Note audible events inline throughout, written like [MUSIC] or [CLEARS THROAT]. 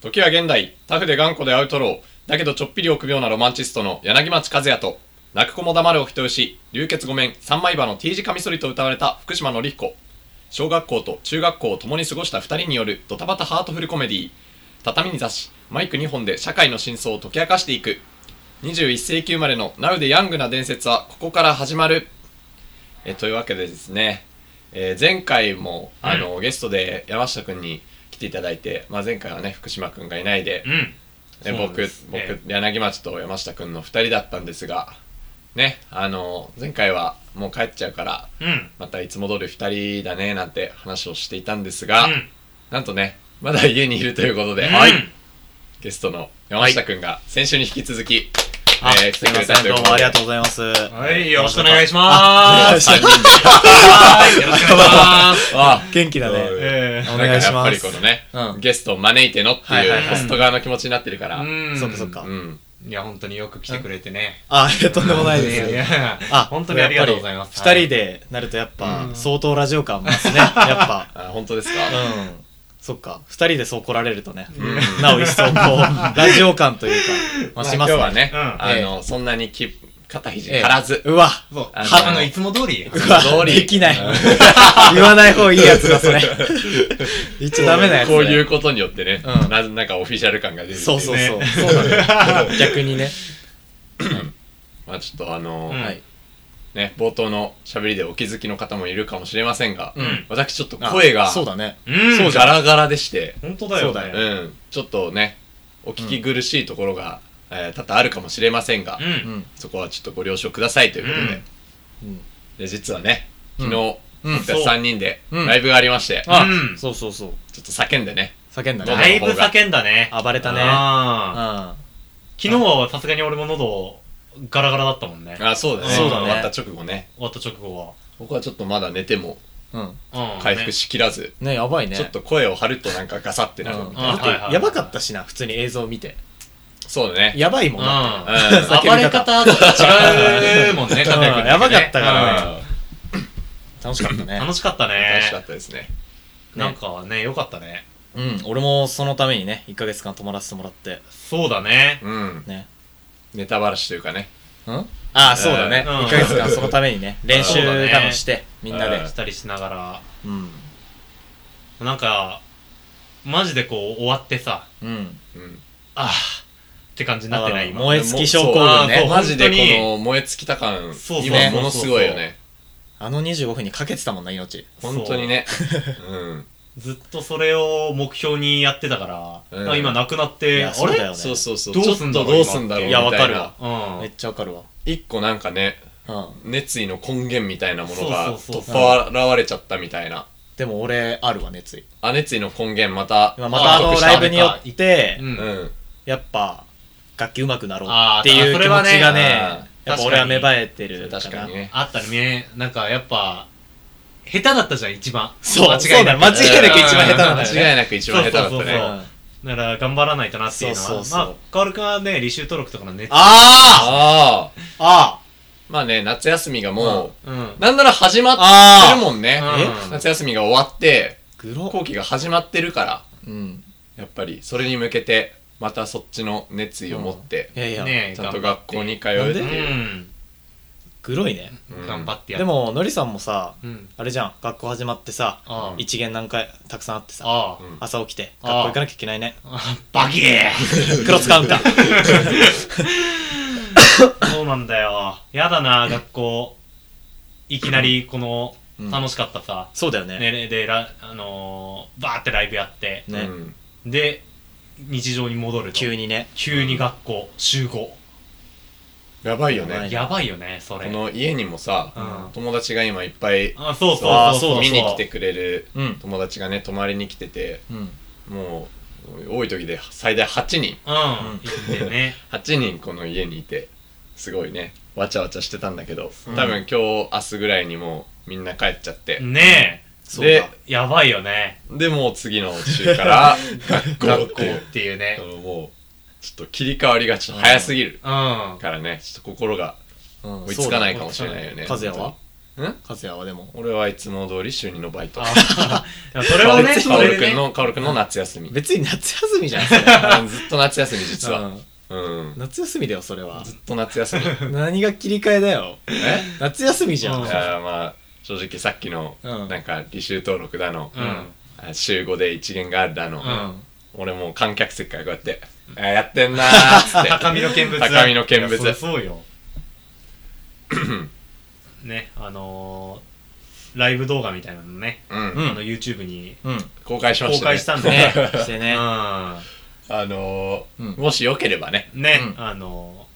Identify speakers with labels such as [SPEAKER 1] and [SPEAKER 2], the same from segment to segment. [SPEAKER 1] 時は現代タフで頑固でアウトローだけどちょっぴり臆病なロマンチストの柳町和也と泣く子も黙るお人よし流血御免三枚刃の T 字カミソリと歌われた福島紀彦小学校と中学校を共に過ごした2人によるドタバタハートフルコメディ畳に座しマイク2本で社会の真相を解き明かしていく21世紀生まれのナウでヤングな伝説はここから始まるえというわけでですね、えー前回もあの、ゲストで山下君に来ていただいて、まあ、前回はね福島君がいないで、
[SPEAKER 2] うん。
[SPEAKER 1] で
[SPEAKER 2] そうなん
[SPEAKER 1] 僕
[SPEAKER 2] です
[SPEAKER 1] 僕、
[SPEAKER 2] え
[SPEAKER 1] 柳町と山下君の2人だったんですがねあの前回はもう帰っちゃうから
[SPEAKER 2] えうん。
[SPEAKER 1] またいつも通り2人だねなんて話をしていたんですが、
[SPEAKER 2] うん
[SPEAKER 1] なんとねまだ家にいるということで、
[SPEAKER 2] うん
[SPEAKER 1] ゲストの山下君が先週に引き続き、
[SPEAKER 3] あ、
[SPEAKER 1] えー来
[SPEAKER 3] す
[SPEAKER 1] て
[SPEAKER 3] い
[SPEAKER 1] く
[SPEAKER 3] ま
[SPEAKER 1] れた
[SPEAKER 3] せん、
[SPEAKER 1] という
[SPEAKER 3] ど
[SPEAKER 1] こと
[SPEAKER 3] う
[SPEAKER 1] で
[SPEAKER 3] もありがとうございます。
[SPEAKER 2] はい、よろしくお願いしま
[SPEAKER 1] あ
[SPEAKER 2] す。
[SPEAKER 1] 3人で
[SPEAKER 2] はい、よろしくお願いします。
[SPEAKER 1] あ
[SPEAKER 3] 元気だね。
[SPEAKER 1] うん
[SPEAKER 2] え
[SPEAKER 3] お
[SPEAKER 1] だから
[SPEAKER 3] 願いし
[SPEAKER 1] やっ
[SPEAKER 3] ま
[SPEAKER 1] ぱり
[SPEAKER 3] す
[SPEAKER 1] この。ね、
[SPEAKER 3] うん
[SPEAKER 1] ゲストを招いてのって
[SPEAKER 3] はいはい
[SPEAKER 1] い
[SPEAKER 3] は
[SPEAKER 1] う
[SPEAKER 3] い
[SPEAKER 1] ホスト側の気持ちになってるから、
[SPEAKER 2] えうん。
[SPEAKER 3] そっかそっか
[SPEAKER 1] うん
[SPEAKER 2] いや、本当によく来てくれてね。
[SPEAKER 3] あ、いやとんでもない
[SPEAKER 2] い
[SPEAKER 3] で
[SPEAKER 2] や
[SPEAKER 3] す。
[SPEAKER 2] や
[SPEAKER 3] あ、
[SPEAKER 2] 本当にありがとうございます。
[SPEAKER 3] 二人でなるとやっぱ
[SPEAKER 2] うん
[SPEAKER 3] 相当ラジオ感ま
[SPEAKER 2] [LAUGHS]
[SPEAKER 3] すね。やっぱ。
[SPEAKER 1] あ本当です
[SPEAKER 3] う
[SPEAKER 1] か、
[SPEAKER 3] ん。そっか。二人でそう来られるとね。
[SPEAKER 1] うん
[SPEAKER 3] なお一層
[SPEAKER 2] [LAUGHS]
[SPEAKER 3] こう、ラジオ感というか、まあします
[SPEAKER 1] 今日はね、
[SPEAKER 2] うん
[SPEAKER 1] あの、そんなにき肩肘張らず、
[SPEAKER 3] うわ。
[SPEAKER 2] そう、
[SPEAKER 1] あ
[SPEAKER 2] は
[SPEAKER 1] の
[SPEAKER 2] あの、いつも通り。
[SPEAKER 3] うわ。
[SPEAKER 1] 通り
[SPEAKER 3] できない
[SPEAKER 1] うん。
[SPEAKER 3] [LAUGHS] 言わない方がいいやつ
[SPEAKER 2] [LAUGHS]
[SPEAKER 3] だ、それ。言っちゃダメなやつだ
[SPEAKER 1] こ
[SPEAKER 3] よ。
[SPEAKER 1] ういうことによってね、
[SPEAKER 3] うん
[SPEAKER 1] ななんかオフィシャル感が出るってい
[SPEAKER 3] そうそうそう。
[SPEAKER 2] ね
[SPEAKER 3] そうなんだよ [LAUGHS] 逆にね。
[SPEAKER 1] まあちょっとあの、
[SPEAKER 2] うん
[SPEAKER 3] はい。
[SPEAKER 1] ね冒頭の喋りでお気づきの方もいるかもしれませんが、
[SPEAKER 3] うん
[SPEAKER 1] 私ちょっと声が
[SPEAKER 3] あそうだね。
[SPEAKER 2] うん
[SPEAKER 1] そうガラガラでして、
[SPEAKER 2] 本当だよ。
[SPEAKER 3] そうだ
[SPEAKER 1] う
[SPEAKER 3] よ
[SPEAKER 1] ん、ちょっとねお聞き苦しいところが、えー多々あるかもしれませんが、
[SPEAKER 2] う。
[SPEAKER 3] うんん。
[SPEAKER 1] そこはちょっとご了承くださいということで、
[SPEAKER 2] うん
[SPEAKER 3] うん
[SPEAKER 1] で実はね
[SPEAKER 3] うん
[SPEAKER 1] 昨日、
[SPEAKER 3] うん
[SPEAKER 1] 僕た
[SPEAKER 2] そ
[SPEAKER 1] ち
[SPEAKER 2] う
[SPEAKER 1] 3人で
[SPEAKER 3] うん
[SPEAKER 1] ライブがありまして、
[SPEAKER 3] あ
[SPEAKER 2] う、ん
[SPEAKER 3] そうそうそう。
[SPEAKER 1] ちょっと叫んでね
[SPEAKER 3] 叫んだ
[SPEAKER 2] だ
[SPEAKER 3] ね。
[SPEAKER 2] いぶ叫んだね。
[SPEAKER 3] 暴れたね。
[SPEAKER 2] あー
[SPEAKER 3] あ
[SPEAKER 2] 昨日はさすがに俺も喉、ガラガラだったもんね。
[SPEAKER 1] あそうだね
[SPEAKER 3] そうだね
[SPEAKER 1] 終わった直後ね
[SPEAKER 2] 終わった直後
[SPEAKER 1] 僕はちょっとまだ寝ても
[SPEAKER 3] あ。うん。
[SPEAKER 2] は。うん
[SPEAKER 1] 回復。しきらず、
[SPEAKER 3] ね、やばいね。
[SPEAKER 1] ちょっと声を張るとなんかガサってなるみ
[SPEAKER 3] うん
[SPEAKER 1] たいな、
[SPEAKER 3] だ
[SPEAKER 2] あはいはい
[SPEAKER 3] ってやばかったしな、普通に映像見て。
[SPEAKER 1] そうだね
[SPEAKER 3] やばいもんだって。
[SPEAKER 2] ね
[SPEAKER 1] うん
[SPEAKER 3] 叫び
[SPEAKER 2] 暴れ方と違うもんね、拓也君
[SPEAKER 3] うんやばかったから
[SPEAKER 2] うん
[SPEAKER 3] ね。 [LAUGHS] 楽しかったね。
[SPEAKER 2] 楽しかったね。
[SPEAKER 1] 楽しかったですね
[SPEAKER 2] なんかね、良かったね。
[SPEAKER 3] うん、俺もそのためにね、1ヶ月間泊まらせてもらって。
[SPEAKER 2] そうだね。
[SPEAKER 1] うん
[SPEAKER 3] ね。
[SPEAKER 1] ネタバラシというかね
[SPEAKER 3] んああ、そうだね。
[SPEAKER 2] うん
[SPEAKER 3] 1ヶ月間そのためにね、練習
[SPEAKER 2] そうだね
[SPEAKER 3] 多分して、みんな
[SPEAKER 1] うん
[SPEAKER 3] で
[SPEAKER 2] し。たりしなが
[SPEAKER 3] うん。
[SPEAKER 2] ら、なんか、マジでこう終わってさ、
[SPEAKER 3] うん。
[SPEAKER 1] うん
[SPEAKER 2] ああって感じになってない
[SPEAKER 3] だ
[SPEAKER 2] 今。
[SPEAKER 3] から燃え尽き症候
[SPEAKER 2] あ
[SPEAKER 3] 群
[SPEAKER 2] ーそう
[SPEAKER 3] ね。
[SPEAKER 1] マジで
[SPEAKER 2] 本当に
[SPEAKER 1] この燃え尽きた感
[SPEAKER 2] そうそう
[SPEAKER 1] 今ものすごいよね
[SPEAKER 3] あの25分にかけてたもんな、命。
[SPEAKER 2] そう
[SPEAKER 1] 本当にねうん
[SPEAKER 2] ずっとそれを目標にやってたから、
[SPEAKER 1] うん
[SPEAKER 2] だから今なくなっ
[SPEAKER 3] い
[SPEAKER 2] て、
[SPEAKER 3] や
[SPEAKER 2] あ
[SPEAKER 3] そうだ
[SPEAKER 2] れ
[SPEAKER 3] よね
[SPEAKER 1] そうそうそう
[SPEAKER 2] どう
[SPEAKER 1] ちょっ
[SPEAKER 2] す
[SPEAKER 1] と
[SPEAKER 2] んだろう
[SPEAKER 1] どうすんだろうみ
[SPEAKER 3] いやわ
[SPEAKER 1] た
[SPEAKER 3] か
[SPEAKER 1] い
[SPEAKER 3] る
[SPEAKER 1] な
[SPEAKER 3] わ
[SPEAKER 2] うん
[SPEAKER 3] めっちゃわかるわ。
[SPEAKER 1] 一個なんかね
[SPEAKER 3] うん。
[SPEAKER 1] 熱意の根源みたいなものが
[SPEAKER 2] そうそうそう
[SPEAKER 1] 突
[SPEAKER 2] そう
[SPEAKER 1] 破現れちゃったみたいな
[SPEAKER 3] でも俺、あるわ、熱意。
[SPEAKER 1] あ熱意の根源また
[SPEAKER 3] 今またあ
[SPEAKER 1] 獲得
[SPEAKER 3] の
[SPEAKER 1] した
[SPEAKER 3] ライブによって
[SPEAKER 2] う、
[SPEAKER 1] うんんうん
[SPEAKER 3] やっぱ楽器上手くなろう
[SPEAKER 2] あー
[SPEAKER 3] っていう
[SPEAKER 2] そ
[SPEAKER 3] 気持
[SPEAKER 2] れ
[SPEAKER 3] ち
[SPEAKER 2] は
[SPEAKER 3] が
[SPEAKER 2] ね
[SPEAKER 3] ね
[SPEAKER 2] うん
[SPEAKER 3] やっぱ俺は芽生えて
[SPEAKER 1] それ
[SPEAKER 3] るら
[SPEAKER 1] 確かにね
[SPEAKER 2] あったね。なんかやっぱ、下手だったじゃん、一番。
[SPEAKER 3] そう
[SPEAKER 2] 間違いなく。
[SPEAKER 3] そうだ間違いなく一番下手なんだよね
[SPEAKER 1] 間違いなく一番下手だった
[SPEAKER 2] そうそう
[SPEAKER 3] うん
[SPEAKER 2] そう
[SPEAKER 1] ね
[SPEAKER 2] だ
[SPEAKER 3] あ
[SPEAKER 2] から頑張らないとなっていうのは。
[SPEAKER 3] そうそうそう
[SPEAKER 2] まあ、カオル君はね、履修登録とかの熱。
[SPEAKER 3] あ
[SPEAKER 1] ああ
[SPEAKER 3] あ
[SPEAKER 1] まあね夏休みがも
[SPEAKER 2] うん
[SPEAKER 1] う。なんなら始まって
[SPEAKER 3] あー
[SPEAKER 1] るもんね
[SPEAKER 2] うん
[SPEAKER 1] 夏休みが終わって
[SPEAKER 3] グロ
[SPEAKER 1] 後期が始まってるから
[SPEAKER 3] うん
[SPEAKER 1] やっぱりそれに向けてまたそっちの熱意を持って
[SPEAKER 3] いやいや、
[SPEAKER 2] ねえ
[SPEAKER 1] ちゃんと学校に通うって
[SPEAKER 2] う。
[SPEAKER 1] いうん
[SPEAKER 3] グロいね
[SPEAKER 1] うん
[SPEAKER 2] 頑張ってや
[SPEAKER 3] で
[SPEAKER 2] る。
[SPEAKER 3] ものりさんもさ
[SPEAKER 2] うん。
[SPEAKER 3] あれじゃん学校始まってさ
[SPEAKER 2] ああ。
[SPEAKER 3] 一元何回たくさんあってさ
[SPEAKER 2] あ
[SPEAKER 1] うん
[SPEAKER 3] 朝起きて
[SPEAKER 2] ああ
[SPEAKER 3] 学校行かなきゃいけないね
[SPEAKER 2] あ。バキー
[SPEAKER 3] クロスカウンター
[SPEAKER 2] [LAUGHS] そうなんだよ。やだな、学校。いきなり、この
[SPEAKER 3] う、ん
[SPEAKER 2] 楽しかったさ。
[SPEAKER 3] そうだよね
[SPEAKER 2] ね、で、らあのー、バーってライブやって。
[SPEAKER 3] ね
[SPEAKER 1] うん
[SPEAKER 2] で、日常に戻ると。
[SPEAKER 3] 急にね
[SPEAKER 2] 急に学校、集合。
[SPEAKER 1] やばいよ
[SPEAKER 3] やば
[SPEAKER 1] ね
[SPEAKER 3] い
[SPEAKER 2] やばいよね、そ
[SPEAKER 1] こ
[SPEAKER 2] れ。
[SPEAKER 1] の家にもさ
[SPEAKER 2] うん
[SPEAKER 1] 友達が今いっぱい
[SPEAKER 2] あ、そうそう
[SPEAKER 3] あ
[SPEAKER 2] そうそう。
[SPEAKER 1] 見に来てくれる
[SPEAKER 3] うん
[SPEAKER 1] 友達がね泊まりに来てて
[SPEAKER 3] うん
[SPEAKER 1] もう多い時で最大8人
[SPEAKER 2] うん。行ってね。
[SPEAKER 1] 8人この家にいてすごいねわちゃわちゃしてたんだけど
[SPEAKER 3] うん
[SPEAKER 1] 多分今日明日ぐらいにもうみんな帰っちゃって
[SPEAKER 2] ね
[SPEAKER 3] そうだ
[SPEAKER 1] で
[SPEAKER 2] え。やばいよね。
[SPEAKER 1] でもう次の週から学校っ
[SPEAKER 2] 学校
[SPEAKER 1] ていう
[SPEAKER 2] っていうね
[SPEAKER 1] あ。のもうちょっと切り替わりがちょっと早すぎる
[SPEAKER 2] うん。
[SPEAKER 1] からねちょっと心が
[SPEAKER 3] うん
[SPEAKER 1] 追いつかないかもしれないよね
[SPEAKER 3] 和也は
[SPEAKER 1] ん和也はでも俺はいつも通り週2のバイ [LAUGHS] ト
[SPEAKER 2] あー [LAUGHS] それはね、
[SPEAKER 1] カ
[SPEAKER 2] そ
[SPEAKER 1] オ
[SPEAKER 2] れ
[SPEAKER 1] ル
[SPEAKER 2] で
[SPEAKER 1] くん
[SPEAKER 2] ね。
[SPEAKER 1] のカオルくんの夏休み、
[SPEAKER 3] 別に夏休みじゃん、それ
[SPEAKER 1] [LAUGHS] うんずっと夏休み [LAUGHS] 実は
[SPEAKER 3] うん
[SPEAKER 1] うんずっ
[SPEAKER 3] 夏休みだよ、それは。
[SPEAKER 1] と夏休み
[SPEAKER 3] 何が切り替えだよ。
[SPEAKER 1] え
[SPEAKER 3] 夏休みじゃん。
[SPEAKER 2] う
[SPEAKER 1] い
[SPEAKER 2] ん
[SPEAKER 1] やまあ正直さっきの、
[SPEAKER 3] うん
[SPEAKER 1] なんか履修登録だの、
[SPEAKER 2] うん
[SPEAKER 1] あ週5で一限があるだの、
[SPEAKER 2] うん
[SPEAKER 1] 俺もう観客席からこうやって「あやってんな」ーっつって
[SPEAKER 2] [LAUGHS] 高みの見物。
[SPEAKER 1] 高みの見物
[SPEAKER 2] いやそりゃそ
[SPEAKER 1] [CLEARS THROAT]
[SPEAKER 2] うよ。ね、あのー、ライブ動画みたいなのね、
[SPEAKER 1] う、
[SPEAKER 3] うんん
[SPEAKER 2] あの YouTube に、
[SPEAKER 3] うん。
[SPEAKER 1] 公開しました、ね、
[SPEAKER 2] 公開したんで
[SPEAKER 3] ね
[SPEAKER 2] ね。
[SPEAKER 1] [LAUGHS]
[SPEAKER 3] してね。
[SPEAKER 1] あのー
[SPEAKER 3] うん
[SPEAKER 1] もしよければね
[SPEAKER 2] うん。ね
[SPEAKER 3] う、ん
[SPEAKER 2] あの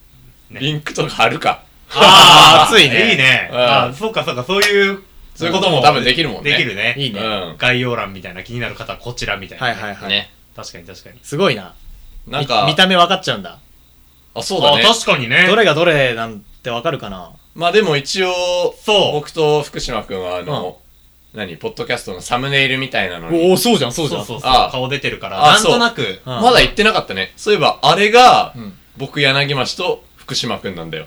[SPEAKER 2] ー、
[SPEAKER 1] リ
[SPEAKER 2] ね。
[SPEAKER 1] ンクとか貼るか
[SPEAKER 3] あー熱いね
[SPEAKER 2] いいね。
[SPEAKER 1] うん
[SPEAKER 2] あー、そうかそうか、そういう。
[SPEAKER 1] [LAUGHS] そういうことも多分できるもんね
[SPEAKER 2] できるね。
[SPEAKER 3] いいね。
[SPEAKER 1] うん
[SPEAKER 2] 概要欄みたいな気になる方はこちらみたいな。
[SPEAKER 3] はいはいはい。
[SPEAKER 1] ね
[SPEAKER 2] 確かに確かに。
[SPEAKER 3] すごいな。
[SPEAKER 1] なんか
[SPEAKER 3] 見見た目分かっちゃうんだ。
[SPEAKER 1] あそうだね
[SPEAKER 2] あー確かにね。
[SPEAKER 3] どれがどれなんて分かるかな。
[SPEAKER 1] まあでも一応
[SPEAKER 2] そう
[SPEAKER 1] 僕と福島君はあの、何ポッドキャストのサムネイルみたいなのに
[SPEAKER 3] お、そうじゃん、そ
[SPEAKER 2] そうそうそう
[SPEAKER 1] あー
[SPEAKER 2] 顔出てるから、
[SPEAKER 1] あー
[SPEAKER 2] なんとなく。
[SPEAKER 3] うん
[SPEAKER 1] まだ言ってなかったねそういえばあれが、
[SPEAKER 3] うん
[SPEAKER 1] 僕柳町と福島君なんだよ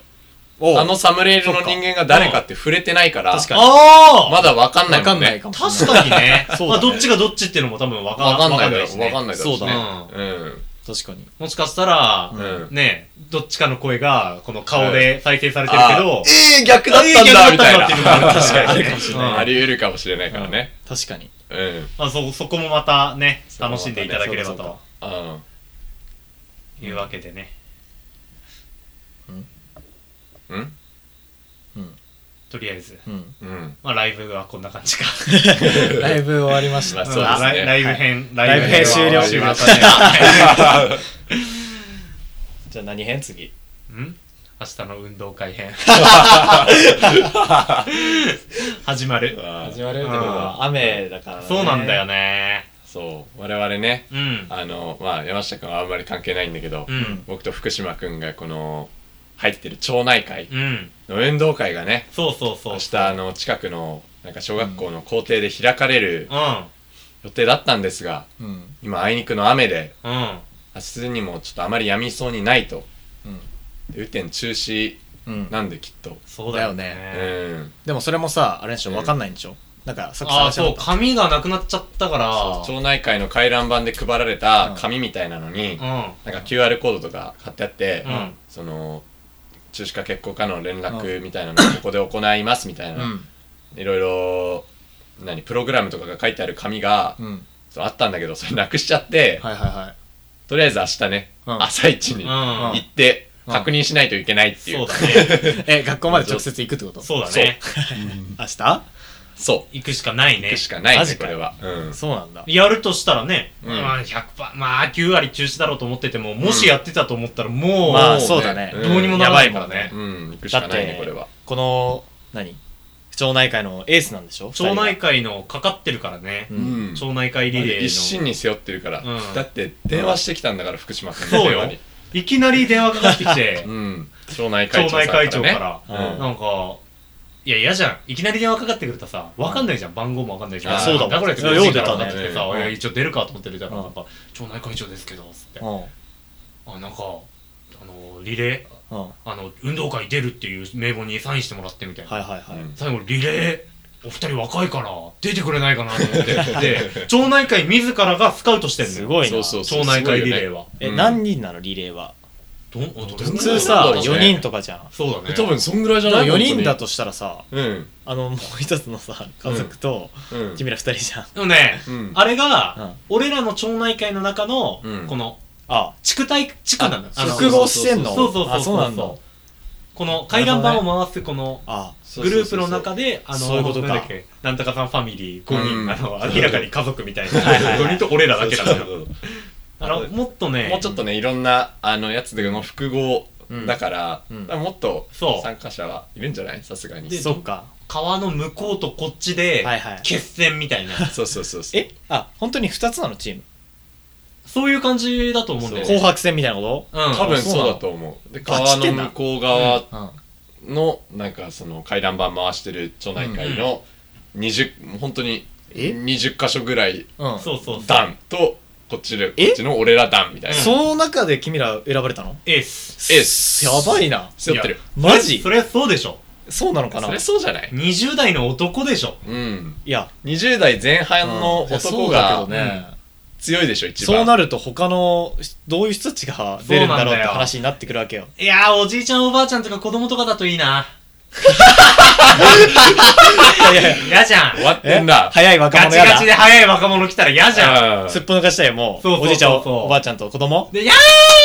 [SPEAKER 3] お
[SPEAKER 1] あのサムネイルの人間が誰かって触れてないから
[SPEAKER 3] 確かに
[SPEAKER 2] あ
[SPEAKER 1] まだわかんない
[SPEAKER 3] 分
[SPEAKER 1] もん
[SPEAKER 3] かんな
[SPEAKER 1] ね
[SPEAKER 3] いかもしれな
[SPEAKER 2] 確
[SPEAKER 3] い。
[SPEAKER 2] かにね。
[SPEAKER 3] そうだね
[SPEAKER 2] まあ、どっちがどっちっていうのも多分わか
[SPEAKER 1] わかんないだろ
[SPEAKER 2] し
[SPEAKER 1] う
[SPEAKER 2] ね
[SPEAKER 1] わかんないだろうしね
[SPEAKER 2] そう
[SPEAKER 1] うん
[SPEAKER 3] 確かに。
[SPEAKER 2] もしかしたら、
[SPEAKER 1] うん
[SPEAKER 2] ね、どっちかの声が、この顔で再生されてるけど、
[SPEAKER 1] ええー、逆だったんだみたいな
[SPEAKER 2] えー逆だったんだって
[SPEAKER 1] あ
[SPEAKER 2] いうのが確かに
[SPEAKER 1] るかもしれない、
[SPEAKER 2] うん
[SPEAKER 1] あり得るかもしれないからね
[SPEAKER 3] 確かに。
[SPEAKER 1] うん、
[SPEAKER 2] まあ、そ、そこもまたね、
[SPEAKER 1] こもまた
[SPEAKER 2] 楽し
[SPEAKER 1] ね
[SPEAKER 2] んでいただければ
[SPEAKER 3] そうだそう
[SPEAKER 2] と
[SPEAKER 1] あ
[SPEAKER 2] いうわけでね。
[SPEAKER 1] ーうん
[SPEAKER 3] うん。
[SPEAKER 2] とりあえず、
[SPEAKER 3] [LAUGHS] うん。
[SPEAKER 1] うん
[SPEAKER 2] まあ、ライブはこんな感じか。
[SPEAKER 3] ライブ終わりまし
[SPEAKER 1] まあ
[SPEAKER 3] た。
[SPEAKER 1] そうですね
[SPEAKER 2] ライライブ編、
[SPEAKER 3] ライブ編
[SPEAKER 2] は
[SPEAKER 3] 終了
[SPEAKER 2] 終了させてもら
[SPEAKER 3] じゃあ何編次。
[SPEAKER 2] うん明日の運動会編。始まる。
[SPEAKER 1] あ
[SPEAKER 3] 始
[SPEAKER 1] ー
[SPEAKER 3] まる
[SPEAKER 2] うん
[SPEAKER 3] ってことは雨だからね。
[SPEAKER 2] そうなんだよね。
[SPEAKER 1] そう我々ね
[SPEAKER 2] うん。
[SPEAKER 1] あのまあ山下君はあんまり関係ないんだけど、
[SPEAKER 2] うん。
[SPEAKER 1] 僕と福島君がこの入ってる町内会
[SPEAKER 2] うん。
[SPEAKER 1] の運動会がね
[SPEAKER 2] そうそうそう。
[SPEAKER 1] 明日あの近くのなんか小学校の校庭で開かれる
[SPEAKER 2] うん。
[SPEAKER 1] 予定だったんですが
[SPEAKER 3] うん。
[SPEAKER 1] 今あいにくの雨で
[SPEAKER 2] うん。
[SPEAKER 1] 明日にもちょっとあまりやみそうにないと
[SPEAKER 3] うん。
[SPEAKER 1] 雨天中止
[SPEAKER 3] うん。
[SPEAKER 1] なんできっと
[SPEAKER 2] そうだよ
[SPEAKER 3] だよ
[SPEAKER 1] う
[SPEAKER 2] ね。
[SPEAKER 1] ん
[SPEAKER 3] でもそれもさ、あれでしょ、
[SPEAKER 1] うん
[SPEAKER 3] 分かんないんでしょ。なんか、さっき
[SPEAKER 2] ああ、
[SPEAKER 3] 探し
[SPEAKER 2] そう。
[SPEAKER 3] たかっ
[SPEAKER 2] 紙がなくなっちゃったか
[SPEAKER 1] そう
[SPEAKER 2] ら。
[SPEAKER 1] 町内会の回覧板で配られた紙みたいなのに
[SPEAKER 2] うん。
[SPEAKER 1] なんか QR コードとか貼ってあって、
[SPEAKER 2] うん
[SPEAKER 1] その中止か結構かの連絡みたいなのをここで行いますみたい
[SPEAKER 3] た。
[SPEAKER 1] な、
[SPEAKER 3] うん。
[SPEAKER 1] いろいろ何プログラムとかが書いてある紙が、
[SPEAKER 3] うん。
[SPEAKER 1] そうあったんだけどそれなくしちゃって、
[SPEAKER 3] はいはいはい。
[SPEAKER 1] とりあえず明日ね、
[SPEAKER 3] うん
[SPEAKER 1] 朝一に
[SPEAKER 2] うん
[SPEAKER 1] 行って確認しないといけないっていう、
[SPEAKER 2] そうだね。
[SPEAKER 3] え、学校まで直接行くってこと
[SPEAKER 2] そうだね。
[SPEAKER 3] 明日
[SPEAKER 1] そう
[SPEAKER 2] 行くしかない
[SPEAKER 1] 行
[SPEAKER 2] ね
[SPEAKER 1] く。しかない
[SPEAKER 3] マ
[SPEAKER 1] ね
[SPEAKER 3] ジ
[SPEAKER 1] こ
[SPEAKER 3] か
[SPEAKER 1] れ
[SPEAKER 3] よ
[SPEAKER 1] は、うん、
[SPEAKER 3] そうなんだ。
[SPEAKER 2] やるとしたらね、
[SPEAKER 1] うん
[SPEAKER 2] まあ100%、まあ9割中止だろうと思ってても、もしやってたと思ったらもう、
[SPEAKER 3] まあそうだね
[SPEAKER 1] うん
[SPEAKER 2] どうにもならないから
[SPEAKER 3] やばい
[SPEAKER 2] ね。
[SPEAKER 1] うん行くし
[SPEAKER 3] だ
[SPEAKER 1] か
[SPEAKER 3] っ
[SPEAKER 1] ないね
[SPEAKER 3] て、
[SPEAKER 1] これは
[SPEAKER 3] この、何町内会のエースなんでしょ
[SPEAKER 2] 町内
[SPEAKER 3] 会。
[SPEAKER 2] 会のかかってるからね
[SPEAKER 3] う、
[SPEAKER 1] うん
[SPEAKER 3] ん。
[SPEAKER 2] 町内会リレ
[SPEAKER 1] 一心
[SPEAKER 2] ーの。
[SPEAKER 1] に背負ってるから、
[SPEAKER 2] うん
[SPEAKER 1] だって電話してきたんだから福島君
[SPEAKER 2] そう
[SPEAKER 1] 電
[SPEAKER 2] よ
[SPEAKER 1] 話に。
[SPEAKER 2] いきなり電話かかってきて
[SPEAKER 1] う、ん [LAUGHS] 町内会長
[SPEAKER 2] 町
[SPEAKER 1] さん
[SPEAKER 2] 内
[SPEAKER 1] から、
[SPEAKER 2] 会
[SPEAKER 1] ね、
[SPEAKER 2] 長か
[SPEAKER 1] う
[SPEAKER 2] ら、
[SPEAKER 1] ん
[SPEAKER 2] なんか、いや、嫌じゃん。いきなり電話かかってくるとさ、わかんないじゃん。番号もわかんないじゃ
[SPEAKER 1] あ
[SPEAKER 2] ん。
[SPEAKER 1] そうだもん
[SPEAKER 2] だこれ、
[SPEAKER 1] いやよう出たね
[SPEAKER 2] かかってきてさ、
[SPEAKER 1] うん
[SPEAKER 2] いや一応出るかと思ってるじゃん。
[SPEAKER 3] うん
[SPEAKER 2] なんか、町内会長ですけど、つって。
[SPEAKER 3] う
[SPEAKER 2] あ、なんか、あの、リレー、
[SPEAKER 3] ん。うん。
[SPEAKER 2] あの、運動会出るっていう名簿にサインしてもらってみたいな。
[SPEAKER 3] はいはいはい。
[SPEAKER 1] うん
[SPEAKER 2] 最後リレーお二人若いから出てくれないかなと思ってで町内会自らがスカウトしてんのよ
[SPEAKER 3] すごいな。
[SPEAKER 1] そうそうそう
[SPEAKER 2] 町内会リレー
[SPEAKER 1] は、
[SPEAKER 2] は、
[SPEAKER 3] え、
[SPEAKER 1] うん
[SPEAKER 3] 何人なのリレーは。
[SPEAKER 2] どんあどれぐらい
[SPEAKER 3] 普通さ、
[SPEAKER 1] そうだね
[SPEAKER 3] 4人とかじゃん。
[SPEAKER 2] そうだね
[SPEAKER 1] 多分そんぐらいじゃない
[SPEAKER 3] 4人だ
[SPEAKER 1] と
[SPEAKER 3] としたらさ、
[SPEAKER 1] うん
[SPEAKER 3] あの、もう一つのさ、家族と、
[SPEAKER 1] うん
[SPEAKER 3] 君ら二人じゃん。
[SPEAKER 2] でもね、
[SPEAKER 1] うん
[SPEAKER 2] あれが、
[SPEAKER 3] うん
[SPEAKER 2] 俺らの町内会の中の、
[SPEAKER 1] うん
[SPEAKER 2] この
[SPEAKER 3] あ、
[SPEAKER 2] 地区体地区なのよあの
[SPEAKER 3] 複合してんの
[SPEAKER 2] そうそうそう
[SPEAKER 3] あ、そうなんだ。
[SPEAKER 2] この回覧板を回すこの
[SPEAKER 3] あ、
[SPEAKER 2] グループの中
[SPEAKER 1] で
[SPEAKER 2] で、あの、
[SPEAKER 3] そういうことか
[SPEAKER 2] なんだっけ、なんとかさんファミリー5人、
[SPEAKER 1] うん
[SPEAKER 2] あの、明らかに家族みたいな、
[SPEAKER 3] はいはいはい
[SPEAKER 2] 5人と俺らだけだから、あ
[SPEAKER 1] そ
[SPEAKER 2] の、
[SPEAKER 1] う
[SPEAKER 2] もっとね、
[SPEAKER 1] もうちょっとねいろんなあのやつでの複合
[SPEAKER 3] うん
[SPEAKER 1] だから、
[SPEAKER 3] うん
[SPEAKER 1] だからもっと
[SPEAKER 2] そう
[SPEAKER 1] 参加者はいるんじゃないさすがに
[SPEAKER 2] で
[SPEAKER 3] そっか。
[SPEAKER 2] 川の向こうとこっちで
[SPEAKER 3] はいはい
[SPEAKER 2] 決戦みたいな、
[SPEAKER 1] そうそうそうそう
[SPEAKER 3] え、あ、本当に二つなのチーム。
[SPEAKER 2] そういう感じだと思うんだよ
[SPEAKER 3] 紅
[SPEAKER 2] ね。
[SPEAKER 3] 白戦みたいなこ
[SPEAKER 2] うん、
[SPEAKER 1] 多分
[SPEAKER 3] そう
[SPEAKER 1] そう
[SPEAKER 3] なの
[SPEAKER 1] だと思うで
[SPEAKER 3] あ
[SPEAKER 1] 川
[SPEAKER 3] 知って
[SPEAKER 1] の
[SPEAKER 3] んだ
[SPEAKER 1] 向こう側
[SPEAKER 3] とうん。
[SPEAKER 1] のなんかその回覧板回してる町内会の20本当に
[SPEAKER 3] え
[SPEAKER 1] 20箇所ぐらい
[SPEAKER 3] うん。
[SPEAKER 2] そうそうそう。
[SPEAKER 1] 団とこっちでこ
[SPEAKER 3] え
[SPEAKER 1] っちの俺ら団みたいな
[SPEAKER 3] その中で君ら選ばれたの
[SPEAKER 2] エース。
[SPEAKER 1] エース
[SPEAKER 3] やばいな。
[SPEAKER 1] 背負ってる
[SPEAKER 2] いや
[SPEAKER 3] マジ
[SPEAKER 2] それはそうでしょ。
[SPEAKER 3] そうなのかな
[SPEAKER 1] そりゃそうじゃない
[SPEAKER 2] 20代の男でしょ。
[SPEAKER 1] うん
[SPEAKER 3] いや、
[SPEAKER 1] 20代前半の
[SPEAKER 3] うんいや
[SPEAKER 1] 男
[SPEAKER 3] そ
[SPEAKER 1] が
[SPEAKER 3] うだけどね
[SPEAKER 1] 強いでしょ一番
[SPEAKER 3] そうなると他のどういう人たちが出るんだろうって話になってくるわけよ。
[SPEAKER 2] いやー、おじいちゃんおばあちゃんとか子供とかだといいな。
[SPEAKER 3] いやいや
[SPEAKER 2] 嫌じゃん
[SPEAKER 1] 終。わ [LAUGHS] ってんだ
[SPEAKER 3] 早い若
[SPEAKER 2] ガ
[SPEAKER 3] 者
[SPEAKER 2] チ
[SPEAKER 3] や
[SPEAKER 2] ガチで
[SPEAKER 3] だ。
[SPEAKER 2] 早い若者来たら嫌じゃん。
[SPEAKER 1] うん
[SPEAKER 3] すっぽ抜かしたいもう
[SPEAKER 2] そうそうそうそう
[SPEAKER 3] おじいちゃんおおばあちゃんと子供
[SPEAKER 2] で、やーっ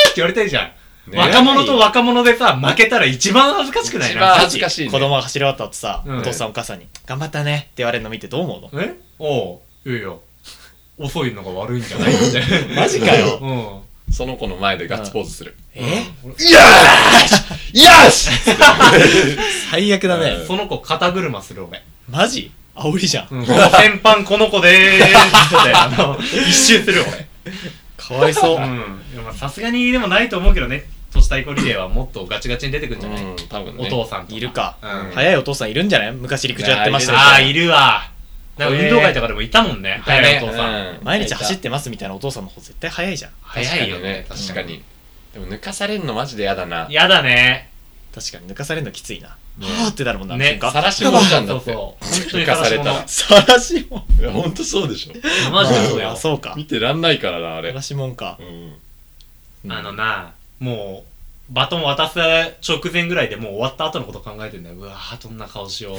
[SPEAKER 2] て言われたいじゃん。
[SPEAKER 1] ね
[SPEAKER 2] 若者と若者でさ、負けたら一番恥ずかしくない
[SPEAKER 1] 一番
[SPEAKER 2] な。
[SPEAKER 1] 恥ずかしいね
[SPEAKER 3] 子供が走り終わった後さ、
[SPEAKER 2] うん
[SPEAKER 3] お父さんお母さんに「頑張ったね」って言われるの見てどう思うの
[SPEAKER 2] えおう、いやいや。遅いのが悪いんじ
[SPEAKER 1] [LAUGHS]
[SPEAKER 2] ゃないって。
[SPEAKER 3] マジかよ
[SPEAKER 2] うん。
[SPEAKER 1] その子の前でガッツポーズする
[SPEAKER 3] え
[SPEAKER 1] よしよし
[SPEAKER 3] 最悪だね
[SPEAKER 2] その子肩車する俺。
[SPEAKER 3] マジ煽りじゃん
[SPEAKER 2] うん、この先般この子でーすって、あ
[SPEAKER 1] [LAUGHS]
[SPEAKER 2] の、一周する
[SPEAKER 3] かわいそう
[SPEAKER 2] 俺。うん。いやまあさすがにでもないと思うけどね、都市対抗リレーはもっとガチガチに出てくんじゃない、
[SPEAKER 1] うん多分ね
[SPEAKER 2] お父さんと
[SPEAKER 3] いる。か
[SPEAKER 2] うん
[SPEAKER 3] 早いお父さんいるんじゃない昔陸上やってましたけど
[SPEAKER 2] ああ、いるわ。なんか運動会とかでもいたもんね、
[SPEAKER 1] だ
[SPEAKER 2] 早い
[SPEAKER 1] ね
[SPEAKER 2] お父さん。
[SPEAKER 1] うん
[SPEAKER 3] 毎日走ってますみたいなお父さんの方絶対早いじゃん
[SPEAKER 2] 早いよね、確
[SPEAKER 1] 確
[SPEAKER 2] か
[SPEAKER 1] か
[SPEAKER 2] に。
[SPEAKER 1] にでも抜かされるのマジで嫌だな
[SPEAKER 2] やだね。
[SPEAKER 3] 確かに抜かされるのきついなはあってなるもんな
[SPEAKER 2] ね
[SPEAKER 3] なんか
[SPEAKER 1] さらし者じゃんだ
[SPEAKER 2] そう
[SPEAKER 1] って
[SPEAKER 2] そう。本当に
[SPEAKER 1] 抜かされたら
[SPEAKER 2] さ
[SPEAKER 3] さらしもん
[SPEAKER 1] いやほんとそうでしょ
[SPEAKER 2] らし者マジでそうだ
[SPEAKER 3] あ
[SPEAKER 2] よ。
[SPEAKER 3] そうか
[SPEAKER 1] 見てらんないからなあ
[SPEAKER 3] さ
[SPEAKER 1] れ
[SPEAKER 3] らしもんか
[SPEAKER 1] うん
[SPEAKER 3] うん
[SPEAKER 2] あのな、もう、バトン渡す直前ぐらいでもう終わった後のこと考えてんだよ。うわぁ、どんな顔しよう。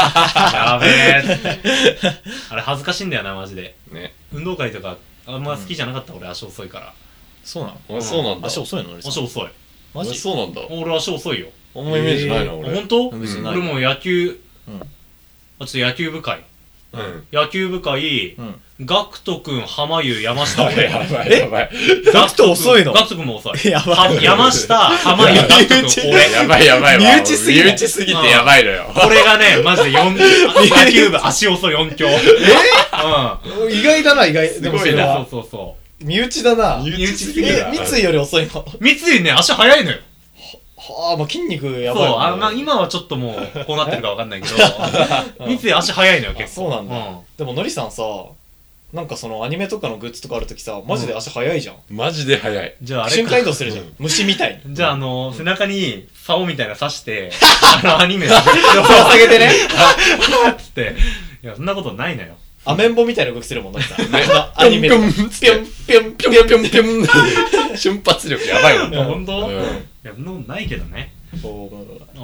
[SPEAKER 2] やべえっつって。あれ恥ずかしいんだよな、マジで。
[SPEAKER 1] ね
[SPEAKER 2] 運動会とか、あんま好きじゃなかった、俺足遅いから。
[SPEAKER 3] そうなの
[SPEAKER 1] あそうなんだ
[SPEAKER 3] 足遅いの俺さ
[SPEAKER 2] 足遅い。
[SPEAKER 3] マ
[SPEAKER 1] あ
[SPEAKER 3] ジ
[SPEAKER 1] そうなんだ
[SPEAKER 2] 俺足遅いよ。
[SPEAKER 1] あんまイメージないな
[SPEAKER 3] えー
[SPEAKER 1] 俺
[SPEAKER 2] 本当
[SPEAKER 3] 別
[SPEAKER 1] にない
[SPEAKER 2] 俺もう野球、
[SPEAKER 3] うん
[SPEAKER 2] あ、ちょっと野球部会。
[SPEAKER 1] うん
[SPEAKER 2] 野球部会
[SPEAKER 3] う、ん
[SPEAKER 2] ガクト君、浜湯、山
[SPEAKER 3] [LAUGHS]
[SPEAKER 1] や
[SPEAKER 2] 下、俺。
[SPEAKER 1] ばいやばい
[SPEAKER 3] ガクト遅いの
[SPEAKER 2] ガクト君も遅い。
[SPEAKER 3] やばい
[SPEAKER 2] は山下、浜湯、ガクト君、俺。
[SPEAKER 1] やばいやばいわ
[SPEAKER 3] 身内すぎない
[SPEAKER 1] 身内すぎてやばいのよ
[SPEAKER 2] これがね、マジで4、野球部足遅4強。えうん。
[SPEAKER 3] 意外だな意外
[SPEAKER 1] でもそれは
[SPEAKER 2] そうそうそ
[SPEAKER 3] 身内だな
[SPEAKER 1] 身内すぎる
[SPEAKER 3] え
[SPEAKER 1] な
[SPEAKER 3] 三井より遅いの
[SPEAKER 2] う。三井ね、足早いのよ。
[SPEAKER 3] はあもう筋肉や
[SPEAKER 2] そう
[SPEAKER 3] ばいもんね
[SPEAKER 2] あまあ、今はちょっともう、こうなってるかわかんない
[SPEAKER 3] [LAUGHS]
[SPEAKER 2] けど、三井足早いのよ、結構。
[SPEAKER 3] あそうなんだでものりさんさなんかそのアニメとかのグッズとかあるときさマジで足早いじゃん、
[SPEAKER 1] マジで早い
[SPEAKER 2] じゃああれ
[SPEAKER 3] 瞬
[SPEAKER 2] か
[SPEAKER 3] 間移動するじゃん、虫みたいに
[SPEAKER 2] じゃあ、あの、背中に、竿みたいなの刺
[SPEAKER 3] [LAUGHS]
[SPEAKER 2] して、あの、アニメの、下げてね、 [LAUGHS] あっつって、いや、そんなことないのよ。
[SPEAKER 3] アメンボみたいな動きするもんのりさん、 [LAUGHS] アニメ
[SPEAKER 1] ピ
[SPEAKER 3] と
[SPEAKER 1] ョ
[SPEAKER 3] か
[SPEAKER 1] ンピョンピョンピョンピョンピョンピョン瞬発力やばいもん
[SPEAKER 2] いや本当
[SPEAKER 1] うん
[SPEAKER 2] いや、そんなことないけどね。
[SPEAKER 3] こう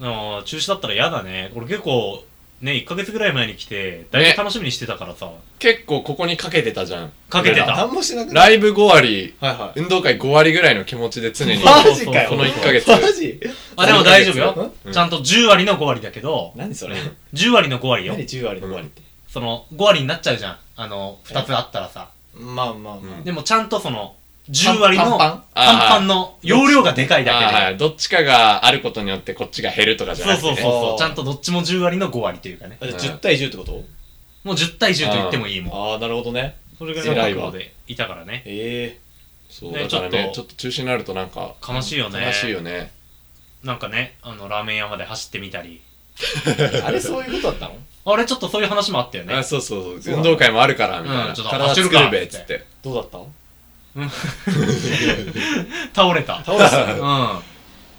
[SPEAKER 2] でも中止だったら嫌だねこれ結構ね1ヶ月ぐらい前に来てだいぶ楽しみにしてたからさ、
[SPEAKER 1] 結構ここにかけてたじゃん
[SPEAKER 2] かけてた
[SPEAKER 3] 何もしなくな
[SPEAKER 1] ライブ5割
[SPEAKER 3] はいは
[SPEAKER 1] 運動会5割ぐらいの気持ちで常
[SPEAKER 2] [LAUGHS]
[SPEAKER 1] に
[SPEAKER 3] マジかよ
[SPEAKER 1] この1ヶ月
[SPEAKER 3] マジ
[SPEAKER 2] あでも大丈夫
[SPEAKER 1] この一ヶ
[SPEAKER 2] よ、
[SPEAKER 1] うん
[SPEAKER 2] ちゃんと10割の5割だけど
[SPEAKER 3] 何それ
[SPEAKER 2] 10割の5割よ
[SPEAKER 3] 何10割の5割って、
[SPEAKER 2] その5割になっちゃうじゃんあの2つあったらさ
[SPEAKER 3] まあまあまあ、
[SPEAKER 1] うん
[SPEAKER 2] でもちゃんとその10割の
[SPEAKER 3] パンパン
[SPEAKER 1] あー
[SPEAKER 2] パンパンの容量がでかいだ
[SPEAKER 1] あーは
[SPEAKER 2] け
[SPEAKER 1] いどっちかがあることによってこっちが減るとかじ
[SPEAKER 2] で
[SPEAKER 1] ゃ
[SPEAKER 2] そ
[SPEAKER 1] なく
[SPEAKER 2] う
[SPEAKER 1] て
[SPEAKER 2] そうそ
[SPEAKER 1] ね
[SPEAKER 2] うそ
[SPEAKER 3] あ
[SPEAKER 2] う
[SPEAKER 3] ー
[SPEAKER 2] ちゃんとどっちも10割の5割というかね
[SPEAKER 3] あじゃあ10対10ってこと
[SPEAKER 2] もう10対10と言ってもいいもん
[SPEAKER 3] ああなるほどね
[SPEAKER 2] それぐ
[SPEAKER 1] 偉
[SPEAKER 2] らい
[SPEAKER 1] い
[SPEAKER 2] の
[SPEAKER 1] わ
[SPEAKER 2] 覚悟でいたからね
[SPEAKER 3] え
[SPEAKER 1] そう
[SPEAKER 2] ね
[SPEAKER 1] だからね
[SPEAKER 2] ち
[SPEAKER 1] ち
[SPEAKER 2] ょ
[SPEAKER 1] ょ
[SPEAKER 2] っ
[SPEAKER 1] っと中止になるとなんか
[SPEAKER 2] 悲しいよね
[SPEAKER 1] 悲しいよね
[SPEAKER 2] なんかねあのラーメン屋まで走ってみたり
[SPEAKER 3] えあれそういうことだったの
[SPEAKER 2] あれちょっとそういう話もあったよね
[SPEAKER 1] あそうそうそう運動会もあるからみたい
[SPEAKER 2] うん
[SPEAKER 1] な
[SPEAKER 2] ちょっと
[SPEAKER 1] 体作るべっつって
[SPEAKER 3] どうだった
[SPEAKER 2] 倒れた。
[SPEAKER 3] 倒れてた
[SPEAKER 2] うん。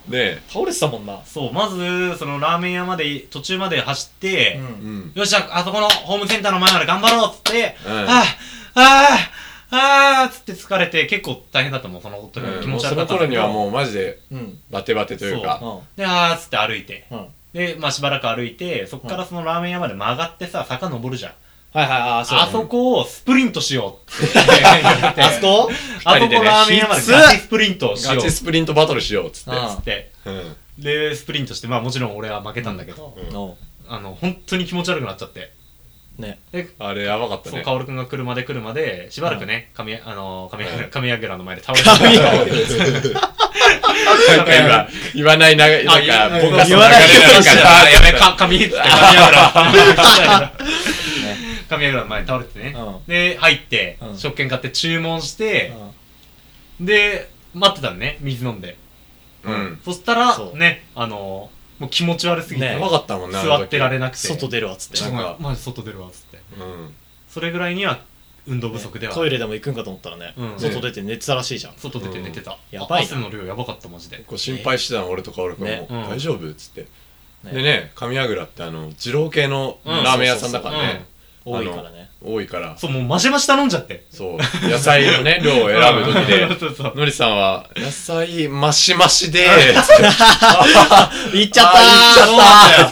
[SPEAKER 1] で
[SPEAKER 3] 倒れてたもんな
[SPEAKER 2] そう、まず、そのラーメン屋まで、途中まで走って、
[SPEAKER 1] うんん
[SPEAKER 2] よっしゃ、あそこのホームセンターの前まで頑張ろうっつって、
[SPEAKER 1] うん
[SPEAKER 2] ああ、ああ、ああ、つって疲れて、結構大変だったもん、その時
[SPEAKER 1] うん
[SPEAKER 2] 気
[SPEAKER 1] もう
[SPEAKER 2] 持ち悪
[SPEAKER 1] そ
[SPEAKER 2] か
[SPEAKER 1] の
[SPEAKER 2] ったん
[SPEAKER 1] 頃
[SPEAKER 2] だけ
[SPEAKER 1] に
[SPEAKER 2] ど
[SPEAKER 1] はもうマジで
[SPEAKER 3] うん
[SPEAKER 1] バテバテという
[SPEAKER 3] う
[SPEAKER 1] か
[SPEAKER 3] ん
[SPEAKER 2] で、ああ、つって歩いて。
[SPEAKER 3] うん
[SPEAKER 2] で、まあしばらく歩いて、そっからそのラーメン屋まで曲がってさ、坂登るじゃん。
[SPEAKER 3] はいはいはいあそうだ
[SPEAKER 2] あ
[SPEAKER 3] ね
[SPEAKER 2] そこをスプリントしよ
[SPEAKER 1] [LAUGHS]
[SPEAKER 2] うって。あ
[SPEAKER 3] あそこ
[SPEAKER 2] あ
[SPEAKER 1] 二
[SPEAKER 2] そ
[SPEAKER 1] 人で
[SPEAKER 2] こ
[SPEAKER 1] ね
[SPEAKER 2] ラーメン屋まで
[SPEAKER 3] きつ
[SPEAKER 2] ガチスプリントをしよ
[SPEAKER 1] ガ
[SPEAKER 2] うっ
[SPEAKER 1] チスプリントバトルしようっつって
[SPEAKER 3] うん
[SPEAKER 2] て。
[SPEAKER 1] うん
[SPEAKER 2] で、スプリントして、まあもちろん俺は負けたんだけど、
[SPEAKER 1] うん
[SPEAKER 3] の
[SPEAKER 2] あの、本当に気持ち悪くなっちゃって。
[SPEAKER 3] ね
[SPEAKER 2] で、
[SPEAKER 1] あれやばかった
[SPEAKER 2] そう、
[SPEAKER 1] ね
[SPEAKER 2] カオルくんが車で来るまで、しばらくね、神、あの、神、神やぐらの前で倒れてた。
[SPEAKER 3] 神櫓
[SPEAKER 1] なんか今言わないななんか
[SPEAKER 2] 言
[SPEAKER 1] 僕が
[SPEAKER 3] 言わない
[SPEAKER 1] 流れの中で
[SPEAKER 2] あ、やべ、
[SPEAKER 1] か
[SPEAKER 2] か神、神やぐら。神やぐらの前に倒れてね。
[SPEAKER 3] う
[SPEAKER 2] で、入って
[SPEAKER 3] う、ん
[SPEAKER 2] 食券買って注文し
[SPEAKER 3] う
[SPEAKER 2] て、
[SPEAKER 3] ん
[SPEAKER 2] で、待ってたのね、水飲んで。
[SPEAKER 1] うん
[SPEAKER 2] そしたら
[SPEAKER 3] そ、う
[SPEAKER 2] ね、あの、もう気持ち悪すぎて
[SPEAKER 3] ね
[SPEAKER 1] やば、かったもんな
[SPEAKER 2] 座ってられ
[SPEAKER 1] な
[SPEAKER 2] なくて。
[SPEAKER 3] 外出るわっつって
[SPEAKER 2] ちょっと
[SPEAKER 1] なん
[SPEAKER 2] ま
[SPEAKER 1] か
[SPEAKER 2] マジ外出るわ、つって。それぐらいには運動不足では、
[SPEAKER 3] トイレでも行くんかと思ったらね、
[SPEAKER 2] うん
[SPEAKER 3] 外出て寝てたらしいじゃん。
[SPEAKER 2] 外出て寝てた、
[SPEAKER 3] やばいな
[SPEAKER 2] 汗の量やばかったマジで
[SPEAKER 1] こう心配してたの俺とか俺くんも、
[SPEAKER 3] ね
[SPEAKER 2] うん
[SPEAKER 1] 大丈夫っつって、
[SPEAKER 3] ね
[SPEAKER 1] でね上櫓ってあの二郎系の
[SPEAKER 2] うん
[SPEAKER 1] ラーメン屋さんだからね、
[SPEAKER 3] 多いからね。
[SPEAKER 1] 多いから
[SPEAKER 2] そうもうマシマシ頼んじゃって
[SPEAKER 1] そう野菜のね量を選ぶ時
[SPEAKER 2] うん
[SPEAKER 1] で
[SPEAKER 2] [LAUGHS] そうそう
[SPEAKER 1] のりさんは「野菜マシマシで」っつって
[SPEAKER 3] 行っちゃっ
[SPEAKER 1] あ
[SPEAKER 3] たー
[SPEAKER 1] ー行っちゃっ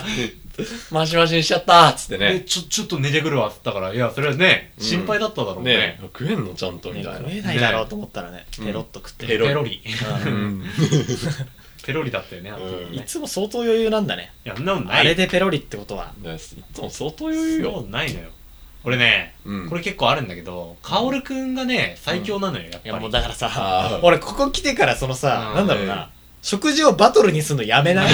[SPEAKER 1] たーっつってマシマシにしちゃったーっつって
[SPEAKER 2] で
[SPEAKER 1] ね
[SPEAKER 2] ちょちょっと寝てくるわっつったからいやそれはね
[SPEAKER 1] うん
[SPEAKER 2] 心配だっただろう
[SPEAKER 1] ね
[SPEAKER 2] ね,、
[SPEAKER 1] 食えんのちゃんとみたいな、
[SPEAKER 3] 食えないだろうと思ったらね、
[SPEAKER 1] うん
[SPEAKER 3] ペロッと食って
[SPEAKER 1] ペ
[SPEAKER 3] る。
[SPEAKER 1] ロリ
[SPEAKER 2] ペロ
[SPEAKER 1] う
[SPEAKER 2] リ
[SPEAKER 3] うん
[SPEAKER 1] ん
[SPEAKER 2] ペロリだったよねあの時
[SPEAKER 1] うん
[SPEAKER 2] ね
[SPEAKER 3] いつも相当余裕なんだね。
[SPEAKER 2] いやそんなもんない
[SPEAKER 3] あれでペロリってことは。
[SPEAKER 1] いつも相当余裕
[SPEAKER 2] そんな
[SPEAKER 1] よ
[SPEAKER 2] もんないのよ俺ね、
[SPEAKER 1] うん
[SPEAKER 2] これ結構あるんだけど薫くんがね最強なのよやっぱ
[SPEAKER 3] い
[SPEAKER 2] り、
[SPEAKER 3] やもうだから
[SPEAKER 1] あ
[SPEAKER 3] さ
[SPEAKER 1] ー、
[SPEAKER 3] 俺ここ来てからそのさ
[SPEAKER 2] う、ん
[SPEAKER 3] なんだろう
[SPEAKER 1] うん
[SPEAKER 3] な、食事をバトルにするのや
[SPEAKER 1] [LAUGHS]
[SPEAKER 3] めない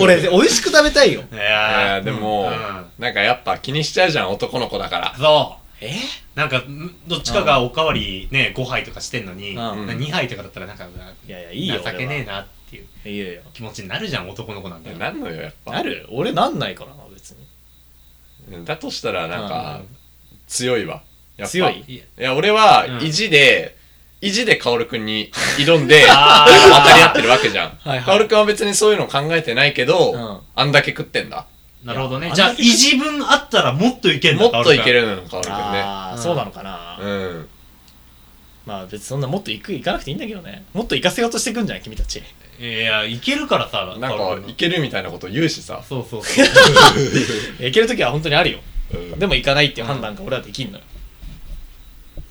[SPEAKER 3] 俺、美味しく食べたいよ。
[SPEAKER 2] い
[SPEAKER 1] い
[SPEAKER 2] や
[SPEAKER 1] や
[SPEAKER 2] ー
[SPEAKER 1] でも、
[SPEAKER 2] うん
[SPEAKER 1] なんかやっぱ気にしちゃうじゃん男の子だから
[SPEAKER 2] そう
[SPEAKER 3] え
[SPEAKER 2] なんかんどっちかがおかわりね5杯とかしてんのに、
[SPEAKER 3] うん
[SPEAKER 2] 2杯とかだったらなんか
[SPEAKER 3] いやいや、いいよ。
[SPEAKER 2] 情けねえなっていう
[SPEAKER 3] え。いいよ。
[SPEAKER 2] 気持ちになるじゃん男の子なんだよ
[SPEAKER 1] なんのよやっぱ
[SPEAKER 3] なる俺なんないからな、別に。
[SPEAKER 1] だとしたらなんか
[SPEAKER 3] うん
[SPEAKER 1] 強いわやっぱ
[SPEAKER 3] 強い
[SPEAKER 2] いや
[SPEAKER 1] いや俺は
[SPEAKER 2] うん
[SPEAKER 1] 意地で、意地で薫君に挑んで
[SPEAKER 2] あー
[SPEAKER 1] 渡り合ってるわけじゃん
[SPEAKER 3] はいはい
[SPEAKER 1] 薫君は別にそういうの考えてないけど、
[SPEAKER 3] うん
[SPEAKER 1] あんだけ食ってんだ
[SPEAKER 2] なるほど
[SPEAKER 3] い
[SPEAKER 2] ね
[SPEAKER 3] や
[SPEAKER 2] じゃあ
[SPEAKER 3] あんだけ
[SPEAKER 2] 維持分あったらもっといけんだ
[SPEAKER 1] もっといけ
[SPEAKER 2] る
[SPEAKER 1] るのよ薫君ね
[SPEAKER 3] あ
[SPEAKER 2] う
[SPEAKER 3] あ、
[SPEAKER 2] ん
[SPEAKER 3] そうなのかな。
[SPEAKER 1] うん
[SPEAKER 3] まあ別にそんなもっと行く行かなくていいんだけどねもっと行かせようとしてくんじゃない君たち
[SPEAKER 2] いやいけるからさ
[SPEAKER 1] なん
[SPEAKER 2] カオル
[SPEAKER 1] か
[SPEAKER 2] 君
[SPEAKER 1] いけるみたいなこと言うし
[SPEAKER 2] [LAUGHS]
[SPEAKER 1] さ、
[SPEAKER 2] そうそうそう
[SPEAKER 3] 行ける時は本当にあるよ
[SPEAKER 1] うん
[SPEAKER 3] でも行かないっていう判断が俺はできんのよ、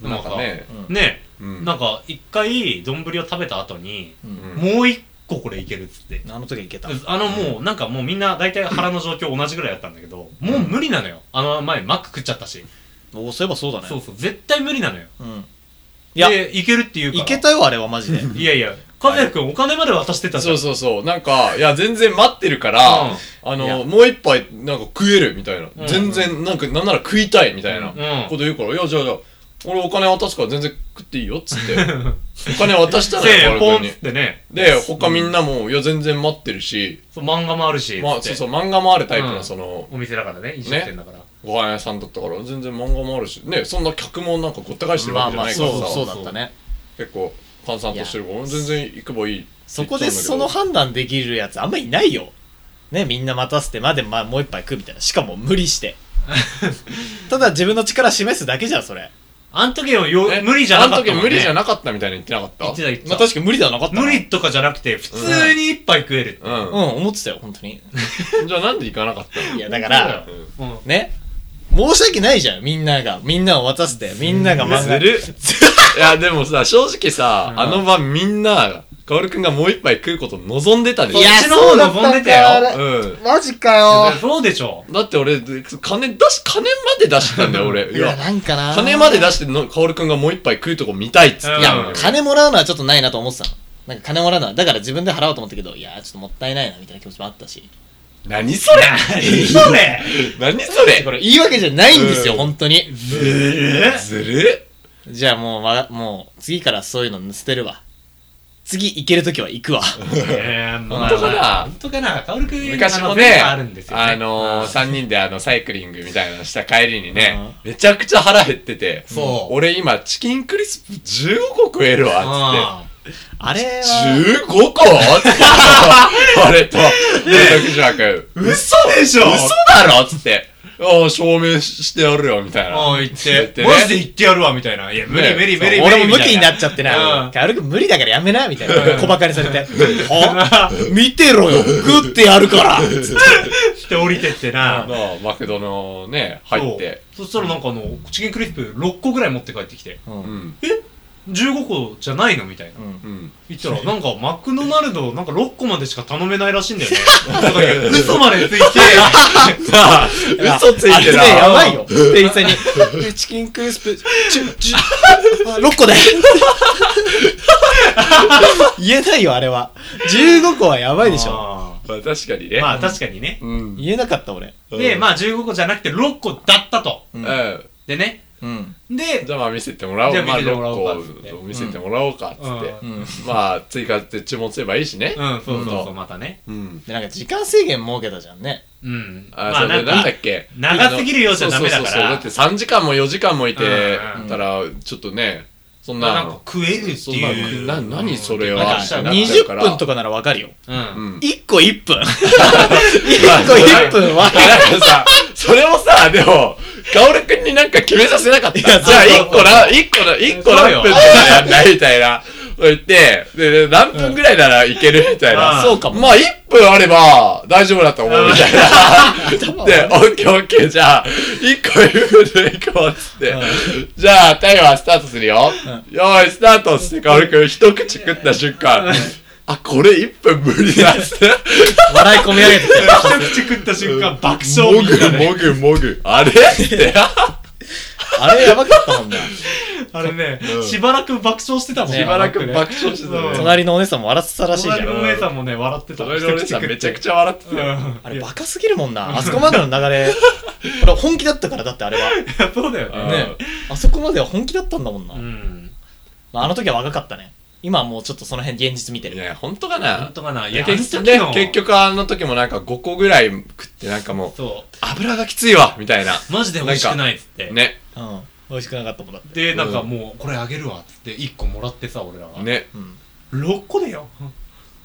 [SPEAKER 1] なんかね、
[SPEAKER 3] うん
[SPEAKER 2] ね
[SPEAKER 1] うん
[SPEAKER 2] なんか一回丼を食べた後に
[SPEAKER 3] うん
[SPEAKER 1] うん
[SPEAKER 2] もう一個これいけるっつって
[SPEAKER 3] あの時は行けた
[SPEAKER 2] あのもうなんかもうみんな大体腹の状況同じぐらいだったんだけどもう無理なのよあの前マック食っちゃったし
[SPEAKER 3] おおそういえばそうだね
[SPEAKER 2] そうそう絶対無理なのよ
[SPEAKER 3] うん
[SPEAKER 2] い
[SPEAKER 3] い
[SPEAKER 2] や
[SPEAKER 3] や
[SPEAKER 2] いけるっていうから
[SPEAKER 3] 行けたよあれはマジで
[SPEAKER 2] いやいや和也君お金まで渡してたじゃ
[SPEAKER 1] そ
[SPEAKER 2] ん
[SPEAKER 1] うそうそうなんかいや全然待ってるから、
[SPEAKER 2] うん
[SPEAKER 1] あ
[SPEAKER 3] い
[SPEAKER 1] の
[SPEAKER 3] や
[SPEAKER 1] もう一杯なんか食えるみたいな、
[SPEAKER 2] うん
[SPEAKER 1] 全然なんかなんなら食いたいみたいな
[SPEAKER 2] うん
[SPEAKER 1] こと言うから、いやじゃあじゃあ俺お金渡すから全然食っていいよっつって
[SPEAKER 2] [LAUGHS]
[SPEAKER 1] お金渡したの
[SPEAKER 2] せ
[SPEAKER 1] よ
[SPEAKER 2] ー
[SPEAKER 1] 俺
[SPEAKER 2] ポン
[SPEAKER 1] 君に
[SPEAKER 2] っつってね
[SPEAKER 1] で他みんなも、いや全然待ってるし、
[SPEAKER 2] そう漫画もあるし
[SPEAKER 1] ま
[SPEAKER 2] つ
[SPEAKER 1] あ
[SPEAKER 2] って
[SPEAKER 1] そうそう漫画もあるタイプ
[SPEAKER 2] う
[SPEAKER 1] の
[SPEAKER 2] ん
[SPEAKER 1] その、
[SPEAKER 2] お店だからね飲食店だから、
[SPEAKER 1] ご飯屋さんだったから全然漫画もあるしねそんな客もなんかごった返してるわけじゃ
[SPEAKER 3] [LAUGHS]
[SPEAKER 1] ないからさ、
[SPEAKER 2] まあまあ
[SPEAKER 3] そうだったね
[SPEAKER 1] 結構閑散としてるから全然行けばいいって言
[SPEAKER 3] そ
[SPEAKER 1] っちゃう
[SPEAKER 3] こ
[SPEAKER 1] んだけ
[SPEAKER 3] で
[SPEAKER 1] ど
[SPEAKER 3] その判断できるやつあんまいないよねみんな待たせてまで、まあ、もう一杯食うみたいなしかも無理して [LAUGHS] ただ自分の力示すだけじゃんそれ
[SPEAKER 2] あん時のよ
[SPEAKER 1] え
[SPEAKER 2] 無理じゃなかった
[SPEAKER 1] あ
[SPEAKER 2] も
[SPEAKER 1] の
[SPEAKER 2] ん、ね、
[SPEAKER 1] 時無理じゃなかったみたいに言ってなかった
[SPEAKER 2] 言ってた言ってた
[SPEAKER 3] まあ確かに無理ではなかったな
[SPEAKER 2] 無理とかじゃなくて普通に一杯食える、
[SPEAKER 3] うん
[SPEAKER 1] う
[SPEAKER 3] 思ってたよ本当 [LAUGHS] に
[SPEAKER 1] んじゃあなんで行かなか
[SPEAKER 2] [LAUGHS]
[SPEAKER 1] ったの
[SPEAKER 3] いやだから
[SPEAKER 2] そうだよ
[SPEAKER 3] ね申し訳ないじゃんみんながみんなを渡してみんなが漫画
[SPEAKER 1] ずるいやでもさ正直さ、
[SPEAKER 2] うん
[SPEAKER 1] あの晩みんな薫君がもう一杯食うこと望んでたでしょ
[SPEAKER 2] いやそうだったんだよ
[SPEAKER 1] う
[SPEAKER 3] マジか
[SPEAKER 2] うんそうでしょ
[SPEAKER 1] んだって俺金出し金まで出してたんだよ俺
[SPEAKER 2] [LAUGHS]
[SPEAKER 3] いや、なんかな。
[SPEAKER 1] 金まで出しての薫君がもう一杯食うとこ見たいっつって、
[SPEAKER 2] うん
[SPEAKER 3] いや、金もらうのはちょっとないなと思ってたの。なんか金もらうのは、だから自分で払おうと思ったけど、いやー、ちょっともったいないな、みたいな気持ちもあったし。
[SPEAKER 1] 何それ
[SPEAKER 2] それ
[SPEAKER 1] 何それ
[SPEAKER 3] これ、言い訳じゃないんですよ、
[SPEAKER 1] うん
[SPEAKER 3] 本当に。
[SPEAKER 2] ずるっ
[SPEAKER 1] ずる
[SPEAKER 3] じゃあもう、わもう、次からそういうの捨てるわ。次行けるときは行くわ。
[SPEAKER 2] えー、まあ
[SPEAKER 1] 本当かな
[SPEAKER 2] まあ本当かな薫君
[SPEAKER 1] 昔も
[SPEAKER 2] あの文
[SPEAKER 1] ね、
[SPEAKER 2] 化
[SPEAKER 1] あ
[SPEAKER 2] あるんですよ、ね、
[SPEAKER 1] の
[SPEAKER 3] う
[SPEAKER 1] ー、
[SPEAKER 3] ん
[SPEAKER 1] 3人であの、サイクリングみたいなのした帰りにね、めちゃくちゃ腹減ってて、
[SPEAKER 2] そう
[SPEAKER 1] 俺今、チキンクリスプ15個食えるわ、
[SPEAKER 2] あ
[SPEAKER 3] あれ
[SPEAKER 1] つ
[SPEAKER 3] は、
[SPEAKER 1] って。15個つって。俺と、徳島君。
[SPEAKER 2] 嘘でしょ
[SPEAKER 1] 嘘だろつって。ああ、証明してやるよ、みたいな。
[SPEAKER 2] ああ、
[SPEAKER 1] [LAUGHS]
[SPEAKER 2] 言っ
[SPEAKER 1] 言って
[SPEAKER 2] て、
[SPEAKER 1] ね
[SPEAKER 2] マジで言ってやるわ、みたいな。いや、無
[SPEAKER 1] ね
[SPEAKER 2] 理無理無理無理。
[SPEAKER 3] 俺も無理にな
[SPEAKER 2] っ
[SPEAKER 3] っちゃって
[SPEAKER 2] う
[SPEAKER 3] な。
[SPEAKER 2] ん
[SPEAKER 3] カルく無理だからやめな、みたいな。小馬鹿にされて。
[SPEAKER 2] [LAUGHS]
[SPEAKER 3] は見てろよ食ってやるからつって
[SPEAKER 2] て降りてってな。
[SPEAKER 1] まあマクドのね、入って。
[SPEAKER 2] そうそしたらなんかあの、チキンクリスプ6個ぐらい持って帰ってきて、
[SPEAKER 3] う
[SPEAKER 1] うんん。
[SPEAKER 2] 15個じゃないのみたいな
[SPEAKER 3] う。ん
[SPEAKER 1] うん。
[SPEAKER 2] 言ったら、なんかマクドナルド、なんか6個までしか頼めないらしい
[SPEAKER 1] [LAUGHS]
[SPEAKER 2] んだよね。とか言う嘘までついて、
[SPEAKER 1] ああ、嘘ついて
[SPEAKER 3] あれね、や
[SPEAKER 1] な。
[SPEAKER 3] ばいよ。店員さんに。チキンクリスプ、ちゅ、ちゅ、6個で。言えないよ、あれは。15個はやばいでしょ。
[SPEAKER 2] あ
[SPEAKER 1] まあ確かに
[SPEAKER 2] ー
[SPEAKER 1] ね。
[SPEAKER 2] まあ確かにね。
[SPEAKER 1] うん。
[SPEAKER 3] 言えなかった、俺。
[SPEAKER 2] で、まあ15個じゃなくて6個だったと。
[SPEAKER 1] う。
[SPEAKER 3] うんん
[SPEAKER 1] うん
[SPEAKER 2] でね、
[SPEAKER 3] うん。
[SPEAKER 1] [LAUGHS]
[SPEAKER 2] で
[SPEAKER 1] じ、ゃあまあ見せてもらおう
[SPEAKER 2] じゃあ
[SPEAKER 1] まあ
[SPEAKER 2] 見せてもらおうか
[SPEAKER 1] 6個を見せてもらおうかっつって、
[SPEAKER 3] うん。
[SPEAKER 1] まあ追加で注文すればいいしね
[SPEAKER 2] うん、そうそう
[SPEAKER 1] う
[SPEAKER 2] そ
[SPEAKER 1] ん
[SPEAKER 2] う、またね。
[SPEAKER 1] うん
[SPEAKER 3] で、なんか時間制限設けたじゃんね。
[SPEAKER 2] うん。
[SPEAKER 1] あ、
[SPEAKER 2] ま
[SPEAKER 1] そ
[SPEAKER 2] あ、
[SPEAKER 1] う
[SPEAKER 2] な
[SPEAKER 1] で
[SPEAKER 2] ん
[SPEAKER 1] なん
[SPEAKER 2] か
[SPEAKER 1] だ、っけ
[SPEAKER 2] 長すぎるようじゃダメだから
[SPEAKER 1] そうそうそうだって3時間も4時間もいて
[SPEAKER 2] うん
[SPEAKER 3] うん
[SPEAKER 1] たらちょっとねそん
[SPEAKER 2] なん
[SPEAKER 1] な
[SPEAKER 2] か食えるって
[SPEAKER 1] そんな
[SPEAKER 2] いう。
[SPEAKER 1] な何それ
[SPEAKER 3] なん
[SPEAKER 1] は
[SPEAKER 3] か
[SPEAKER 1] みたいになっちゃう
[SPEAKER 3] 20
[SPEAKER 1] から
[SPEAKER 3] 分とかならわかるよ。
[SPEAKER 2] うん
[SPEAKER 1] う。ん
[SPEAKER 3] 1個1分。1個1分は。
[SPEAKER 1] なんかさ、それをさ、でも、カオルくんになんか決めさせなかった。
[SPEAKER 3] い
[SPEAKER 1] じゃ
[SPEAKER 3] や
[SPEAKER 1] あ、
[SPEAKER 3] そう
[SPEAKER 1] 一個な、一個な、一個何分とかやんないみたいな。そう言って、で、で何分ぐらいならいけるみたいな。
[SPEAKER 2] うん
[SPEAKER 3] そうかも。
[SPEAKER 1] まあ、一分あれば、大丈夫だと思うみたいな。で、オッケーオッケー、じゃあ、一個言うでいこうっつって。じゃあ、タイマースタートするよ。よーい、スタートっつって、カオルくん一口食った瞬間、あ、これ一分無理だっつって。
[SPEAKER 3] 笑い込み上げてきたよ。
[SPEAKER 2] 一口食った瞬間、爆笑みたいなね。
[SPEAKER 1] もぐもぐもぐ。あれって。
[SPEAKER 3] あれやばかったもんな。
[SPEAKER 2] あれね
[SPEAKER 1] う、ん
[SPEAKER 2] しばらく爆笑してたもんね。
[SPEAKER 1] しばらく爆笑してた
[SPEAKER 2] うん
[SPEAKER 1] ね。
[SPEAKER 3] 隣のお姉さんも笑ってたらしいじゃ
[SPEAKER 2] 隣
[SPEAKER 3] ん。
[SPEAKER 2] のお姉さんもね、笑ってた。
[SPEAKER 1] 隣のお姉さんめちゃく
[SPEAKER 2] ち
[SPEAKER 1] ちゃ笑ってたよ。
[SPEAKER 2] ゃ。
[SPEAKER 3] あれバカすぎるもんな。あそこまでの流れ。これ本気だったから、だってあれは。
[SPEAKER 2] や、そうだよね。
[SPEAKER 3] ねあそこまでは本気だったんだもんな。
[SPEAKER 2] うん。
[SPEAKER 3] まあ、あの時は若かったね。今はもうちょっとその辺現実見て
[SPEAKER 1] い
[SPEAKER 3] る。
[SPEAKER 1] や、本当か
[SPEAKER 2] 本
[SPEAKER 1] な。
[SPEAKER 2] 当かな。いや、
[SPEAKER 1] 結
[SPEAKER 2] あ
[SPEAKER 1] 局
[SPEAKER 2] の
[SPEAKER 1] ね
[SPEAKER 2] 時の、
[SPEAKER 1] 結。局あの時もなんか5個ぐらい食ってなんかもう、
[SPEAKER 2] そ
[SPEAKER 1] 油がきついわみたいな。
[SPEAKER 2] う。マジで美味しくないっつって。
[SPEAKER 1] ね。
[SPEAKER 3] うん。美味しくなかったもんだって。
[SPEAKER 2] で、なんかもう、これあげるわっつって、1個もらってさ、俺らが。
[SPEAKER 1] ね。
[SPEAKER 3] う
[SPEAKER 2] 6個だよ。